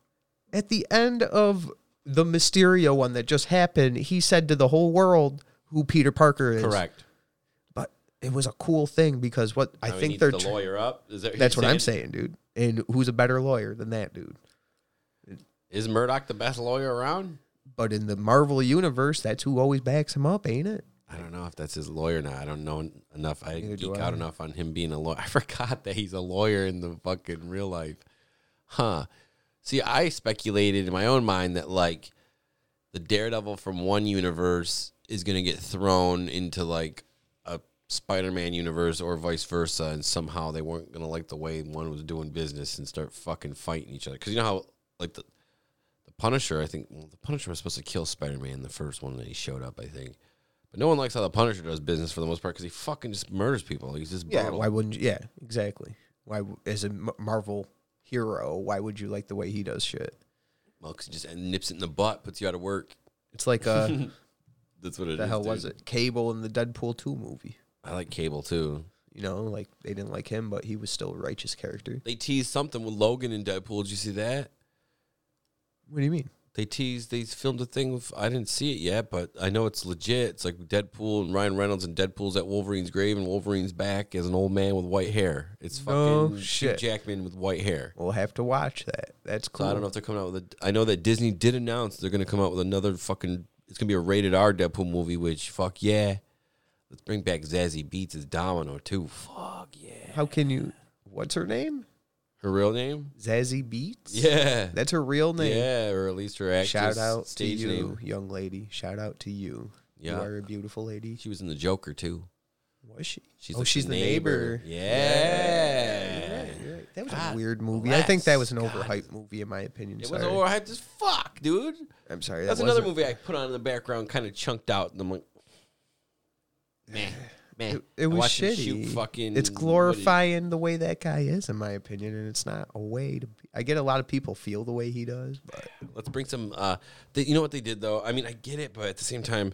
at the end of the Mysterio one that just happened, he said to the whole world who Peter Parker is. correct. But it was a cool thing because what I Now he think needs they're the tr- lawyer up. Is that that's what you're I'm saying, dude. And who's a better lawyer than that dude? Is Murdoch the best lawyer around? But in the Marvel universe, that's who always backs him up, ain't it? I don't know if that's his lawyer or not. I don't know enough. I Neither do geek I. out enough on him being a lawyer. I forgot that he's a lawyer in the fucking real life. Huh. See, I speculated in my own mind that like the Daredevil from one universe is gonna get thrown into like a Spider-Man universe or vice versa, and somehow they weren't gonna like the way one was doing business and start fucking fighting each other. Because you know how like the the Punisher, I think well, the Punisher was supposed to kill Spider-Man the first one that he showed up, I think. But no one likes how the Punisher does business for the most part because he fucking just murders people. He's just Yeah. brutal. Why wouldn't? you? Yeah, exactly. Why w- as a M- Marvel hero, why would you like the way he does shit? Well, 'cause it just nips it in the butt, puts you out of work. It's like uh, That's what it is. the hell was dude. it? Cable in the Deadpool two movie. I like Cable too. You know, like they didn't like him, but he was still a righteous character. They teased something with Logan and Deadpool. Did you see that? What do you mean? They teased. They filmed a thing with. I didn't see it yet, but I know it's legit. It's like Deadpool and Ryan Reynolds, and Deadpool's at Wolverine's grave, and Wolverine's back as an old man with white hair. It's No fucking Hugh shit. Jackman with white hair. We'll have to watch that. That's So cool. I don't know if they're coming out with a. I know that Disney did announce they're going to come out with another fucking. It's going to be a rated R Deadpool movie, which fuck yeah. Let's bring back Zazie Beats as Domino too. Fuck yeah. How can you? What's her name? Her real name? Zazie Beats. Yeah. that's her real name. Yeah, or at least her actress Shout out to stage you, name. young lady. Shout out to you. Yeah. You are a beautiful lady. She was in the Joker too. Was she? She's oh, like she's the neighbor. Yeah. You're right. That was God a weird movie. I think that was an bless. overhyped movie, in my opinion. It was sorry. overhyped as fuck, dude. I'm sorry. That That's another wasn't- movie I put on in the background, kind of chunked out, and I'm like, man, man. It, it I was watched him shitty. shoot fucking. it's what did- glorifying the way that guy is, in my opinion, and it's not a way to. Be, I get a lot of people feel the way he does, but Let's bring some. Uh, they, you know what they did though. I mean, I get it, but at the same time,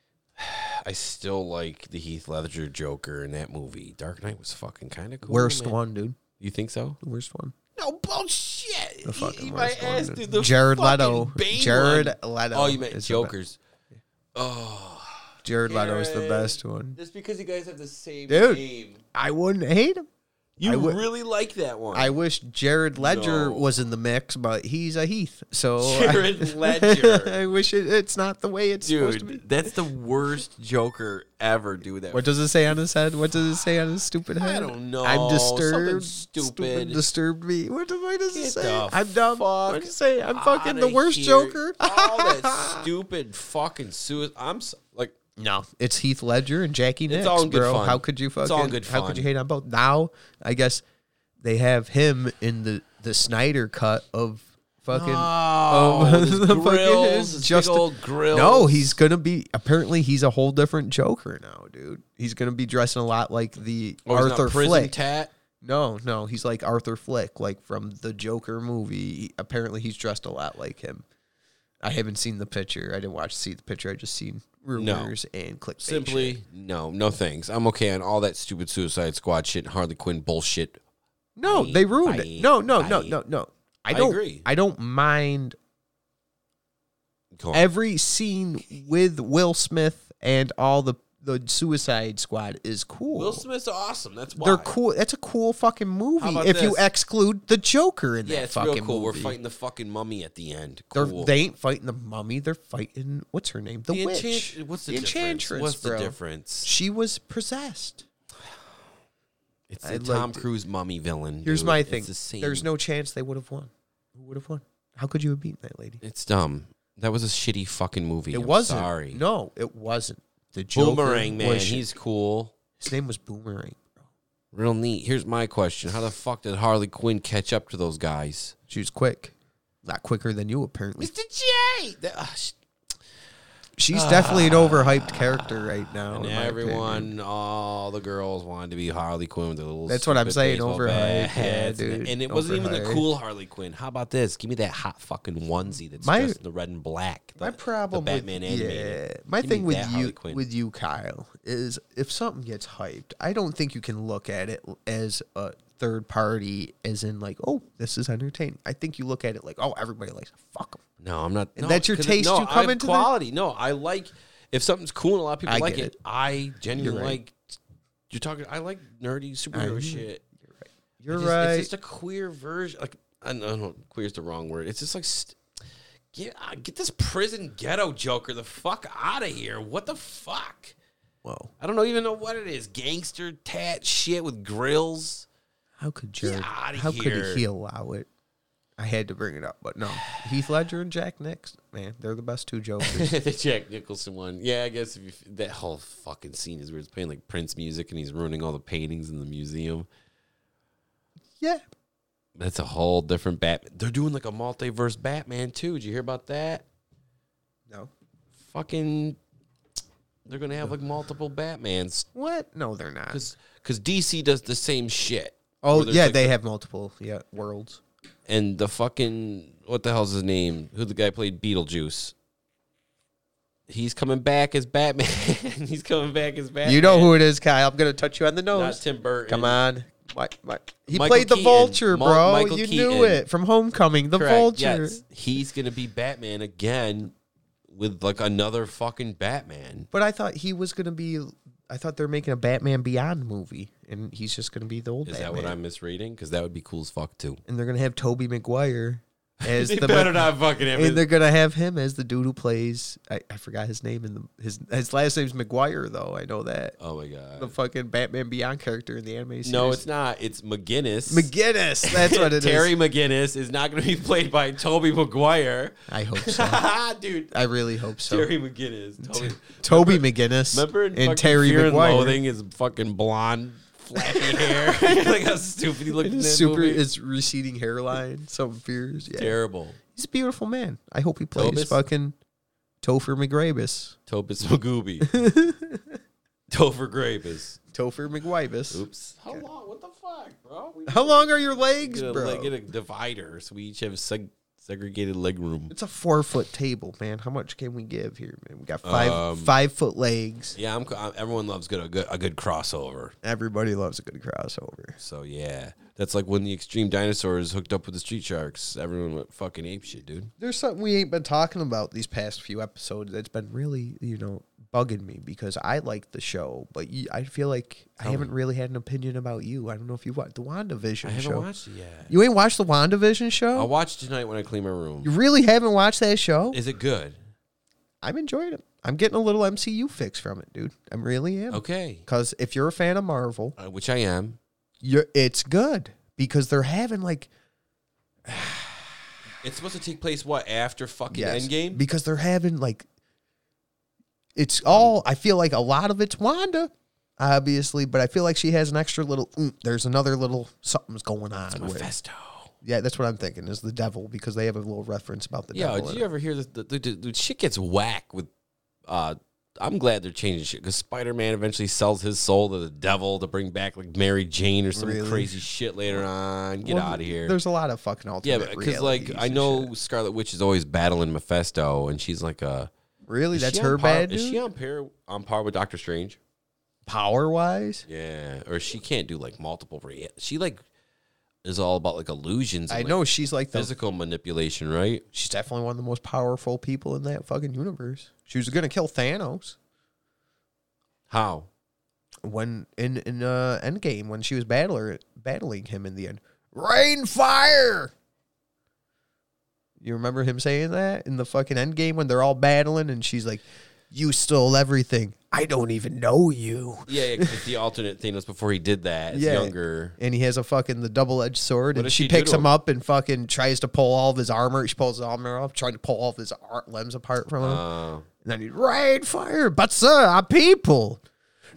I still like the Heath Ledger Joker in that movie. Dark Knight was fucking kind of cool. worst man. one, dude. You think so? The worst one. No bullshit. The fucking Eat worst one, dude. dude. Jared fucking Leto. Bane Jared one. Leto Oh, you meant is the Joker's. Oh, Jared Leto is the Jared. best one. just because you guys have the same Dude. name, I wouldn't hate him. you I would- really like that one. I wish Jared Ledger No. was in the mix, but he's a Heath. So Jared I, Ledger. I wish it, it's not the way it's supposed to be. dude, that's the worst Joker ever. Dude, that What does it say on his head? What does it say on his stupid head? don't know. I'm Something disturbed. stupid. disturbed me. What the fuck does it Get say? the I'm dumb. What fuck does it say? I'm fucking the outta worst here. Joker. All that stupid fucking suicide. I'm so, like, no, it's Heath Ledger and Jackie Nicks, all in good bro. fun. How could you fucking? It's all in good How fun. could you hate on both? Now, I guess they have him in the the Snyder cut of fucking. oh, of this the fucking- grills, this just- big old grill. No, he's gonna be. Apparently, he's a whole different Joker now, dude. He's gonna be dressing a lot like the Oh, he's not Arthur prison Flick. tat. No, no, he's like Arthur Flick, like from the Joker movie. Apparently, he's dressed a lot like him. I haven't seen the picture. I didn't watch see the picture. I just seen rumors and clickbait. Simply shit. no, no thanks. I'm okay on all that stupid Suicide Squad shit, Harley Quinn bullshit. no, I- they ruined I- it. No, no, no, I- no, no. I I don't. I, agree. don't mind Go on. every scene with Will Smith and all the the Suicide Squad is cool. Will Smith's awesome. That's why They're cool. That's a cool fucking movie. about If you this? exclude the Joker in Yeah, that it's fucking real cool. movie, We're fighting the fucking mummy at the end. They're, Cool. They ain't fighting the mummy. They're fighting what's her name? The, witch. enchant- What's the, difference? enchantress, What's bro. the difference? She was possessed. It's I the Tom liked it. Cruise mummy villain. Here's dude. my It's thing. the same. There's no chance they would have won. Who would have won? How could you have beaten that lady? It's dumb. That was a shitty fucking movie. it I'm wasn't. Sorry. No, it wasn't. The Joker Boomerang man. was- He's cool. his name was Boomerang. bro. Real neat. Here's my question: How the fuck did Harley Quinn catch up to those guys? She was quick. Not quicker than you, apparently. J. That- ah, sh- She's definitely an overhyped character right now. and in my opinion. everyone, all the girls wanted to be Harley Quinn with their little. That's what I'm stupid saying, baseball overhyped. bats. Yeah, dude, And it wasn't even the overhyped. cool Harley Quinn. How about this? Give me that hot fucking onesie that's My- dressed in the red and black. The, My problem the Batman with, animated. Yeah, my Give me thing with that Harley you Quinn. with you Kyle is if something gets hyped, I don't think you can look at it as a third party as in like, oh, this is entertaining. I think you look at it like, oh, everybody likes it. fuck 'em. No, I'm not. And no, that's your 'cause taste no, you come I'm into that? quality. No, I like if something's cool and a lot of people I like it, get it. I genuinely You're right. like. You're talking. I like nerdy I superhero know. shit. You're It's just- right. It's just a queer version. Like I don't know, queer is the wrong word. It's just like st- get uh, get this prison ghetto Joker the fuck out of here. What the fuck? Whoa, I don't know even know what it is. Gangster tat shit with grills. how could Jared? outta How here. could he allow it? I had to bring it up, but no, Heath Ledger and Jack Nicks, man, they're the best two jokers. the Jack Nicholson one. Yeah, I guess if you, that whole fucking scene is where it's playing like Prince music and he's ruining all the paintings in the museum. yeah, That's a whole different Batman. They're doing like a multiverse Batman too. Did you hear about that? no, Fucking, they're gonna have like multiple Batmans what? No, they're not. because DC does the same shit. Oh there's, yeah, like, they have multiple yeah worlds. and the fucking what the hell's his name? Who the guy played Beetlejuice? He's coming back as Batman. He's coming back as Batman. You know who it is, Kyle. I'm gonna touch you on the Not nose. Tim Burton. Come on. My, my, he Michael played the Keaton. vulture, Ma- bro. Michael you Keaton. knew it from Homecoming. The Correct, vulture. yes. He's gonna be Batman again with like another fucking Batman. But I thought he was gonna be. I thought they're making a Batman Beyond movie, and he's just gonna be the old. Is Batman. that what I'm misreading? Because that would be cool as fuck too. And they're gonna have Toby Maguire as They the. better not fucking have and his- they're gonna have him as the dude who plays. I, I forgot his name. And the, his his last name's Maguire, though. I know that Oh my the god. fucking Batman Beyond character in the anime series. No, it's not. It's McGinnis. McGinnis. That's what it is. Terry McGinnis is not going to be played by Toby Maguire. I hope so. Dude, I really hope so. Terry McGinnis. Toby. Toby McGinnis Remember in and Terry Fear Maguire. and Loathing is fucking blonde, flappy hair. like how stupid he looked in that Super, movie. his receding hairline, some fears. Yeah, terrible. he's a beautiful man. I hope he plays Tobis? fucking Topher McGrabus. Topus Magooby. Topher Gravis. Topher McGuibus. Oops. How long? What the fuck, bro? We How long are your legs, get a, bro? like, get a divider so we each have seg- segregated leg room. it's a four foot table, man. How much can we give here, man? We got five Um, five foot legs. Yeah, I'm, co- I'm- everyone loves good, a good a good crossover. Everybody loves a good crossover. So yeah, that's like when the extreme dinosaurs hooked up with the street sharks. Everyone went fucking ape shit, dude. there's something we ain't been talking about these past few episodes that's been really, you know, bugging me because I like the show, but you, I feel like I haven't really had an opinion about you. I don't know if you watched the WandaVision Oh. I haven't show. watched it yet. You ain't watched the WandaVision show? I'll watch it tonight when I clean my room. you really haven't watched that show? Is it good? I'm enjoying it. I'm getting a little MCU fix from it, dude. I am really am. Okay, Because if you're a fan of Marvel, uh, which I am. you're, it's good because they're having like It's supposed to take place what after fucking Yes, Endgame? because they're having like it's all I feel like a lot of it's Wanda obviously but I feel like she has an extra little oomph. there's another little something's going on with Mephisto. yeah that's what I'm thinking is the devil because they have a little reference about the Yeah, devil did in you it. ever hear that? The, the, the, the shit gets whack with. uh I'm glad they're changing shit because Spider Man eventually sells his soul to the devil to bring back like Mary Jane or some Really? crazy shit later on. Get Well, out of here. there's a lot of fucking Yeah, alternate because like realities I and know shit. Scarlet Witch is always battling Mephisto, and she's like a really is that's she on her par- bad Is she dude? on par on par with Doctor Strange? power wise Yeah, or she can't do like multiple. Rea- she like is all about like illusions. and, I like, know she's like the physical manipulation, right? she's definitely one of the most powerful people in that fucking universe she was gonna kill Thanos How? when in in uh, Endgame when she was battler battling him in the end. Rain fire. You remember him saying that in the fucking Endgame when they're all battling and she's like, "You stole everything. I don't even know you." Yeah, yeah 'cause it's the alternate Thanos before he did that. It's Yeah. younger. And he has a fucking the double edged sword, What and does she, she do picks to him him? up and fucking tries to pull all of his armor. She pulls his armor off, trying to pull all of his ar- limbs apart from him. Uh, and then he rain fire, but sir, our people.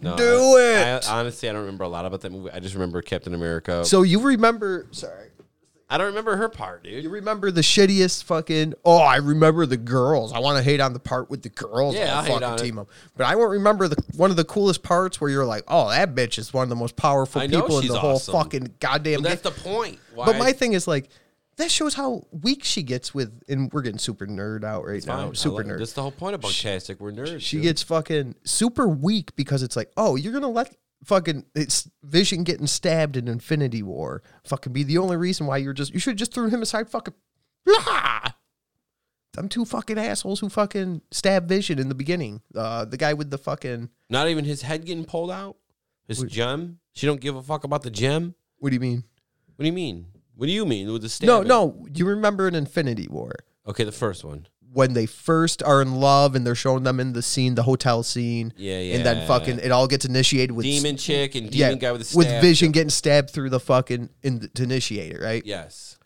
no, Do I- it! I, honestly, I don't remember a lot about that movie. I just remember Captain America. So you remember? Sorry. I don't remember her part, dude. You remember the shittiest fucking? Oh, I remember the girls. I want to hate on the part with the girls. on Yeah, I'll the hate fucking on it. team up. But I won't remember the one of the coolest parts where you're like, oh, that bitch is one of the most powerful I know people in she's the whole awesome. fucking goddamn. But game. that's the point. Why but my thing is like, that shows how weak she gets with, and we're getting super nerd out right now. I super like- nerd. That's the whole point of Bunktastic. We're nerds. She dude. gets fucking super weak because it's like, oh, you're gonna let fucking it's Vision getting stabbed in Infinity War fucking be the only reason why you're just you should have just thrown him aside fucking blah. Them two fucking assholes who fucking stabbed Vision in the beginning. Uh, the guy with the fucking not even his head getting pulled out. His Wait. gem. She don't give a fuck about the gem. what do you mean? What do you mean? What do you mean with the stab? No, no, you remember in Infinity War Okay, the first one. when they first are in love and they're showing them in the scene, the hotel scene, Yeah, yeah. and then fucking it all gets initiated with demon chick and demon guy with the staff. Vision getting stabbed through the fucking in to initiate it, right? Yes.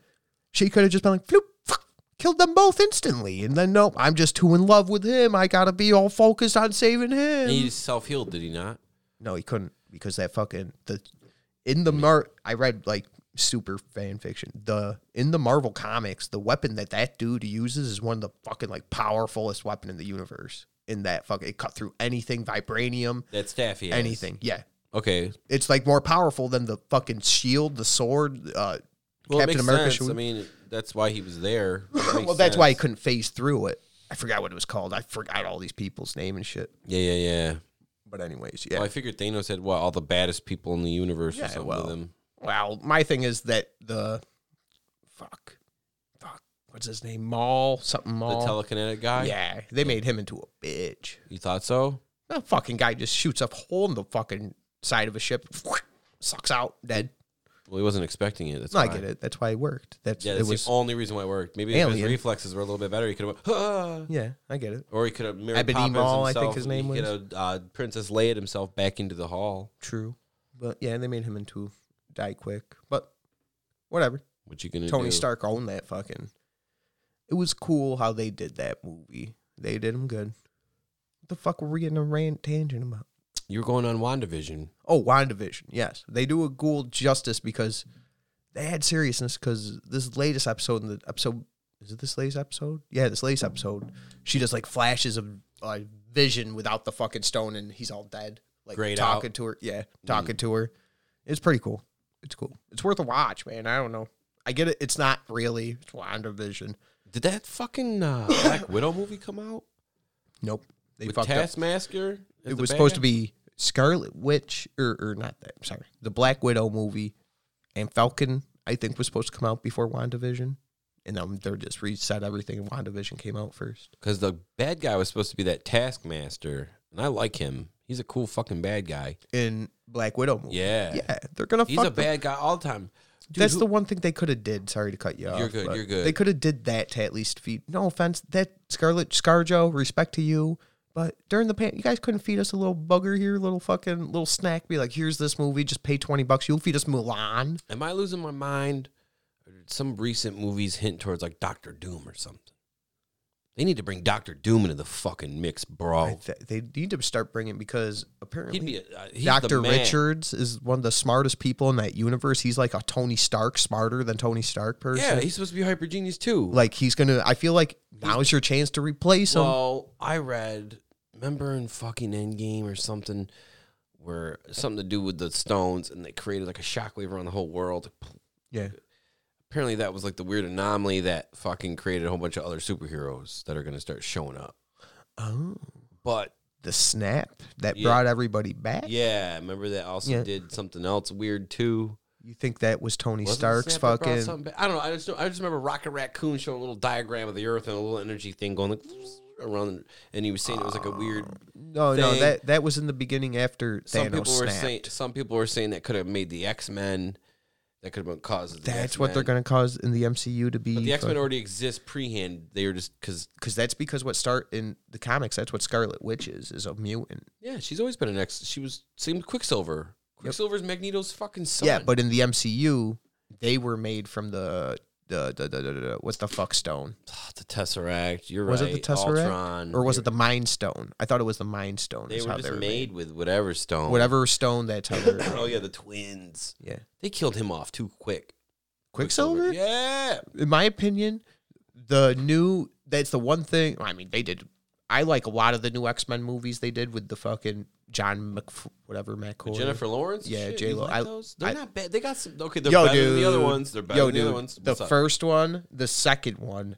She could have just been like, floop, fuck, killed them both instantly, and then nope, I'm just too in love with him. I gotta be all focused on saving him. And he self healed, did he not? no, he couldn't because that fucking the in the mar. I read like super fan fiction. The in the Marvel comics, the weapon that that dude uses is one of the fucking like powerfulest weapon in the universe. In that fucking, it cut through anything, vibranium, That staff he has. anything. Yeah. Okay. It's like more powerful than the fucking shield, the sword. Uh, Well, Captain it makes America. sense. should we- I mean, that's why he was there. It well, makes that's why he sense. couldn't phase through it. I forgot what it was called. I forgot all these people's name and shit. Yeah, yeah, yeah. But anyways, yeah. Well, I figured Thanos had what all the baddest people in the universe Yeah, or something well. with him. Well, my thing is that the fuck, fuck, what's his name? Maul, something The Maul. telekinetic guy. um, yeah, they made him into a bitch. You thought so? That fucking guy just shoots a hole in the fucking side of a ship, sucks out, dead. Well, he wasn't expecting it. That's No, I why. get it. That's why it worked. That's Yeah, it that's was. the only reason why it worked. Maybe if his Alien. reflexes were a little bit better, he could have. Ah! yeah, I get it. Or he could have mirrored Ebony Poppins Maul, I himself. think his name he was. Could have, uh, Princess Leia himself back into the hall. True, but yeah, they made him into die quick. But whatever. What you gonna Tony do? Stark owned that fucking. It was cool how they did that movie. They did him good. What the fuck were we getting a rant tangent about? You were going on Wandavision. Oh, WandaVision. Yes, they do a ghoul justice because they had seriousness. Because this latest episode, in the episode is it this latest episode? Yeah, this latest episode. She does like flashes of uh, vision without the fucking stone, and he's all dead. Like Grayed talking out. Mm. to her. Yeah, talking to her. It's pretty cool. It's cool. It's worth a watch, man. I don't know. I get it. It's not really it's WandaVision. Did that fucking uh, Black Widow movie come out Nope. They with fucked up. Taskmaster? as it the was bad supposed guy? to be Scarlet Witch or, or not that. Sorry, the Black Widow movie and Falcon. I think was supposed to come out before Wandavision, and then they're just reset everything. And Wandavision came out first. Because the bad guy was supposed to be that Taskmaster, and I like him. He's a cool fucking bad guy. In Black Widow movie, Yeah. yeah, they're gonna. He's fuck a them. bad guy all the time. Dude, That's who- the one thing they could have did. Sorry to cut you off. good, but you're good. They could have did that to at least feed. No offense, that Scarlet Scarjo, respect to you, but during the pan, you guys couldn't feed us a little bugger here, little fucking little snack. Be like, here's this movie, just pay twenty bucks. You'll feed us Mulan. Am I losing my mind? Or did Some recent movies hint towards like Doctor Doom or something. They need to bring Doctor Doom into the fucking mix, bro. I th- they need to start bringing because He'd apparently be a, uh, he's the Dr. man. Richards is one of the smartest people in that universe. He's like a Tony Stark, smarter than Tony Stark person. Yeah, he's supposed to be hyper genius too. like he's gonna. I feel like now's your chance to replace him. well, I read, remember in fucking Endgame or something, where something to do with the stones, and they created like a shockwave around the whole world. yeah, Apparently, that was like the weird anomaly that fucking created a whole bunch of other superheroes that are going to start showing up. Oh. But the snap that Yeah. brought everybody back. yeah, remember that also Yeah. did something else weird too. You think that was Tony Wasn't Stark's Snap that brought fucking? something back? I don't know. I just know, I just remember Rocket Raccoon showing a little diagram of the Earth and a little energy thing going like around, and he was saying it was like a weird. No, no, thing. that that was in the beginning after Some Oh, Thanos people were snapped. saying some people were saying that could have made the X Men. That could have been caused. that's what they're going to cause in the MCU to be. But the X Men already exist prehand. They were just because because that's because what start in the comics. That's what Scarlet Witch is is a mutant. yeah, she's always been an X. She was same with Quicksilver. Quicksilver's Magneto's fucking son. Yeah, but in the MCU, they were made from the the, the, the, the, the- what's the fuck stone? Ah, the Tesseract. You're Was right. it the Tesseract Ultron, or was it the Mind Stone? I thought it was the Mind Stone. They is were how just they were made, with whatever stone. Whatever stone that's how they're oh yeah, the twins. yeah. They killed him off too quick. Quicksilver. Yeah. in my opinion, the new that's the one thing. I mean, they did. I like a lot of the new X Men movies they did with the fucking John Mc whatever McCoy. Jennifer Lawrence. Yeah, Shit, J-Lo. you like I- those? They're I- not bad. They got some. Okay, they're better than the other ones. They're better yo, than the dude, other ones. The What's up? first one, the second one.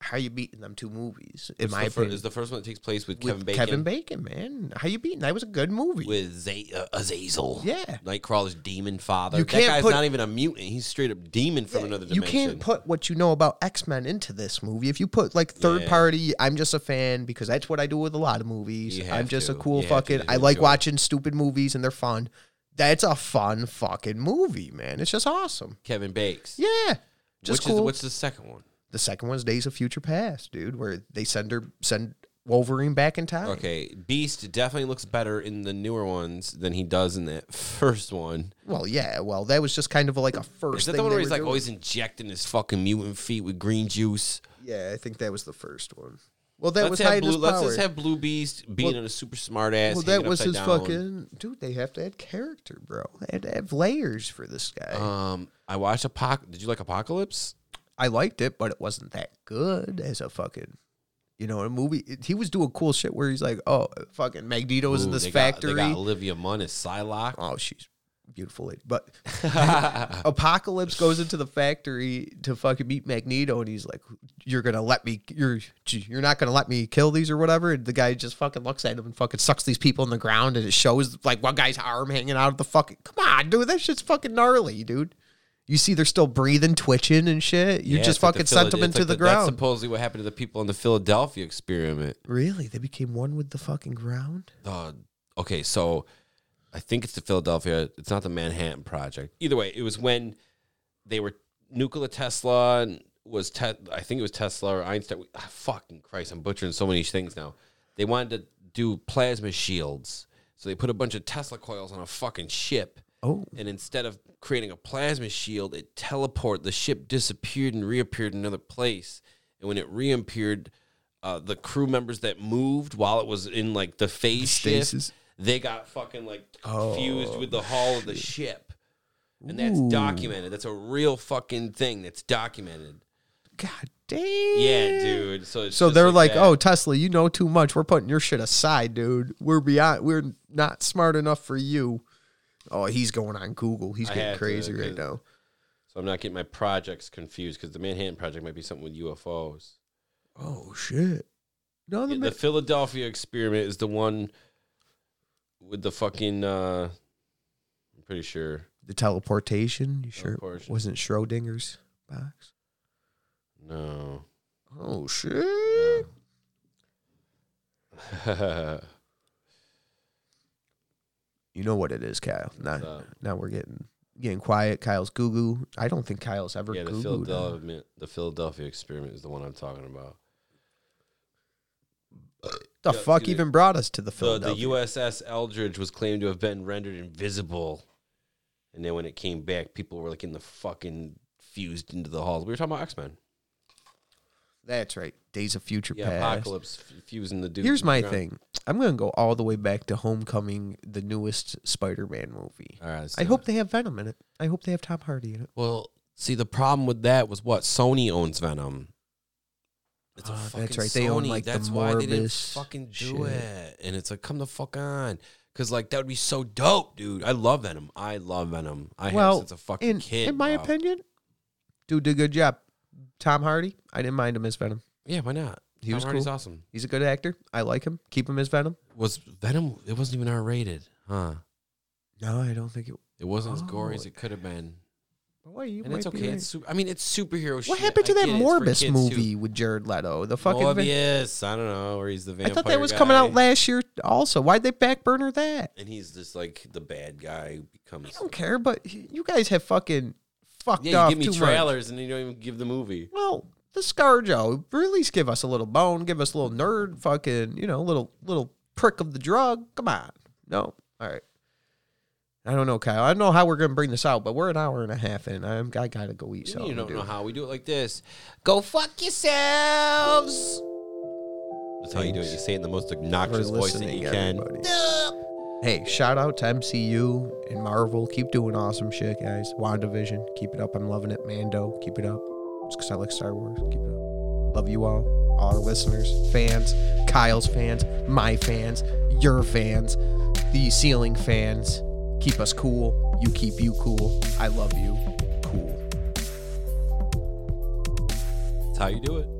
How you beating them two movies? In It's my the fir- opinion, is the first one that takes place with, Kevin with Bacon. Kevin Bacon, man. How you beating? That was a good movie. with Z- uh, Azazel. Yeah. Nightcrawler's demon father. You that can't guy's put- not even a mutant. He's straight up demon from another you dimension. can't put what you know about X Men into this movie. If you put like third Yeah. party, I'm just a fan because that's what I do with a lot of movies. You have I'm just a to. cool You have to fucking. I enjoy like it. watching stupid movies and they're fun. That's a fun fucking movie, man. It's just awesome. Kevin Bakes. Yeah, just Which cool. is what's the second one? the second one's Days of Future Past, dude, where they send her send Wolverine back in time. Okay, Beast definitely looks better in the newer ones than he does in that first one. Well, yeah. Well, that was just kind of like a first. Is that thing the one they where he's were like doing. always injecting his fucking mutant feet with green juice? Yeah, I think that was the first one. Well, that was have hiding blue, his power. Let's just have Blue Beast being a super smart ass. Well, that was his fucking dude. They have to add character, bro. They had to have layers for this guy. Um, I watched Apoc. Did you like Apocalypse? I liked it, but it wasn't that good as a fucking You know, in a movie, it- he was doing cool shit where he's like, "Oh, fucking Magneto's in Ooh, this they got- factory." they got Olivia Munn as Psylocke. oh, she's a beautiful lady. But Apocalypse goes into the factory to fucking meet Magneto, and he's like, "You're gonna let me? You're you're not gonna let me kill these or whatever?" And the guy just fucking looks at him and fucking sucks these people in the ground, and it shows like one guy's arm hanging out of the fucking. Come on, dude, that shit's fucking gnarly, dude. You see, they're still breathing, twitching, and shit. You Yeah, just it's like the fucking sent Phila- them it's into like the, That's ground. supposedly what happened to the people in the Philadelphia experiment. Really? They became one with the fucking ground? Uh, okay, so I think it's the Philadelphia. It's not the Manhattan Project. Either way, it was when they were Nikola Tesla and was te- I think it was Tesla or Einstein. ah, fucking Christ, I'm butchering so many things now. They wanted to do plasma shields, so they put a bunch of Tesla coils on a fucking ship. Oh. And instead of creating a plasma shield, it teleported. The ship disappeared and reappeared in another place. And when it reappeared, uh, the crew members that moved while it was in like the phase Stasis. shift, they got fucking like confused Oh, with the hull of the ship. And that's documented. That's a real fucking thing that's documented. God damn. Yeah, dude. So it's So just they're like, that. "Oh, Tesla, you know too much. We're putting your shit aside, dude. We're beyond. We're not smart enough for you." Oh, he's going on Google. He's I getting had to, crazy right because- now. So I'm not getting my projects confused because the Manhattan Project might be something with UFOs. Oh shit! No, the, Yeah, ma- the Philadelphia experiment is the one with the fucking. Uh, I'm pretty sure. the teleportation. You sure Teleportation. wasn't Schrodinger's box? No. Oh shit! That's You know what it is, Kyle. Now, up? now we're getting getting quiet. Kyle's goo goo. I don't think Kyle's ever yeah, the goo goo. Philadelphia the Philadelphia experiment is the one I'm talking about. The yeah, fuck excuse me. even brought us to the The, the Philadelphia? USS Eldridge was claimed to have been rendered invisible, and then when it came back, people were like in the fucking fused into the halls. We were talking about X Men. That's right. Days of Future Yeah, Past. apocalypse f- fusing the dude. Here's to the my ground. thing. I'm gonna go all the way back to Homecoming, the newest Spider-Man movie. All right, let's I do hope it. they have Venom in it. I hope they have Tom Hardy in it. Well, see, the problem with that was what Sony owns Venom. It's a Ah, that's fucking right. They own, Sony. like, the that's why they didn't Morbius fucking do shit. it. And it's like, come the fuck on, because like that would be so dope, dude. I love Venom. I love Venom. I well, have since a fucking in, kid. in my bro. opinion, dude did a good job. Tom Hardy, I didn't mind him as Venom. yeah, why not? He Tom was Hardy's cool. awesome. He's a good actor. I like him. Keep him as Venom. Was Venom? It wasn't even R rated, huh? No, I don't think it. It wasn't as gory as Oh. it could have been. Boy, you And it's might be okay. right. It's super, I mean, it's superhero shit. what happened to I that get it. It's for Morbus kids, movie Too. with Jared Leto? The fucking. Vin- Morbius. I don't know where he's the I vampire. thought that was guy. coming out last year. Also, why'd they backburner that? and he's just like the bad guy who becomes. I don't care, but you guys have fucking fucked Yeah, off you give too me much. trailers and then you don't even give the movie. Well, the ScarJo, at least give us a little bone, give us a little nerd, fucking, you know, little little prick of the drug. Come on. No. All right. I don't know, Kyle. I don't know how we're gonna bring this out, but we're an hour and a half in. I'm I gotta go eat something. you don't know dude. how we do it like this. Go fuck yourselves. That's how you do it. You say it in the most We're obnoxious voice that listening, you everybody. can. Hey, shout out to MCU and Marvel. Keep doing awesome shit, guys. WandaVision, keep it up. I'm loving it. Mando, keep it up. It's because I like Star Wars. Keep it up. Love you all. All our listeners, fans, Kyle's fans, my fans, your fans, the ceiling fans. Keep us cool. You keep you cool. I love you. Cool. That's how you do it.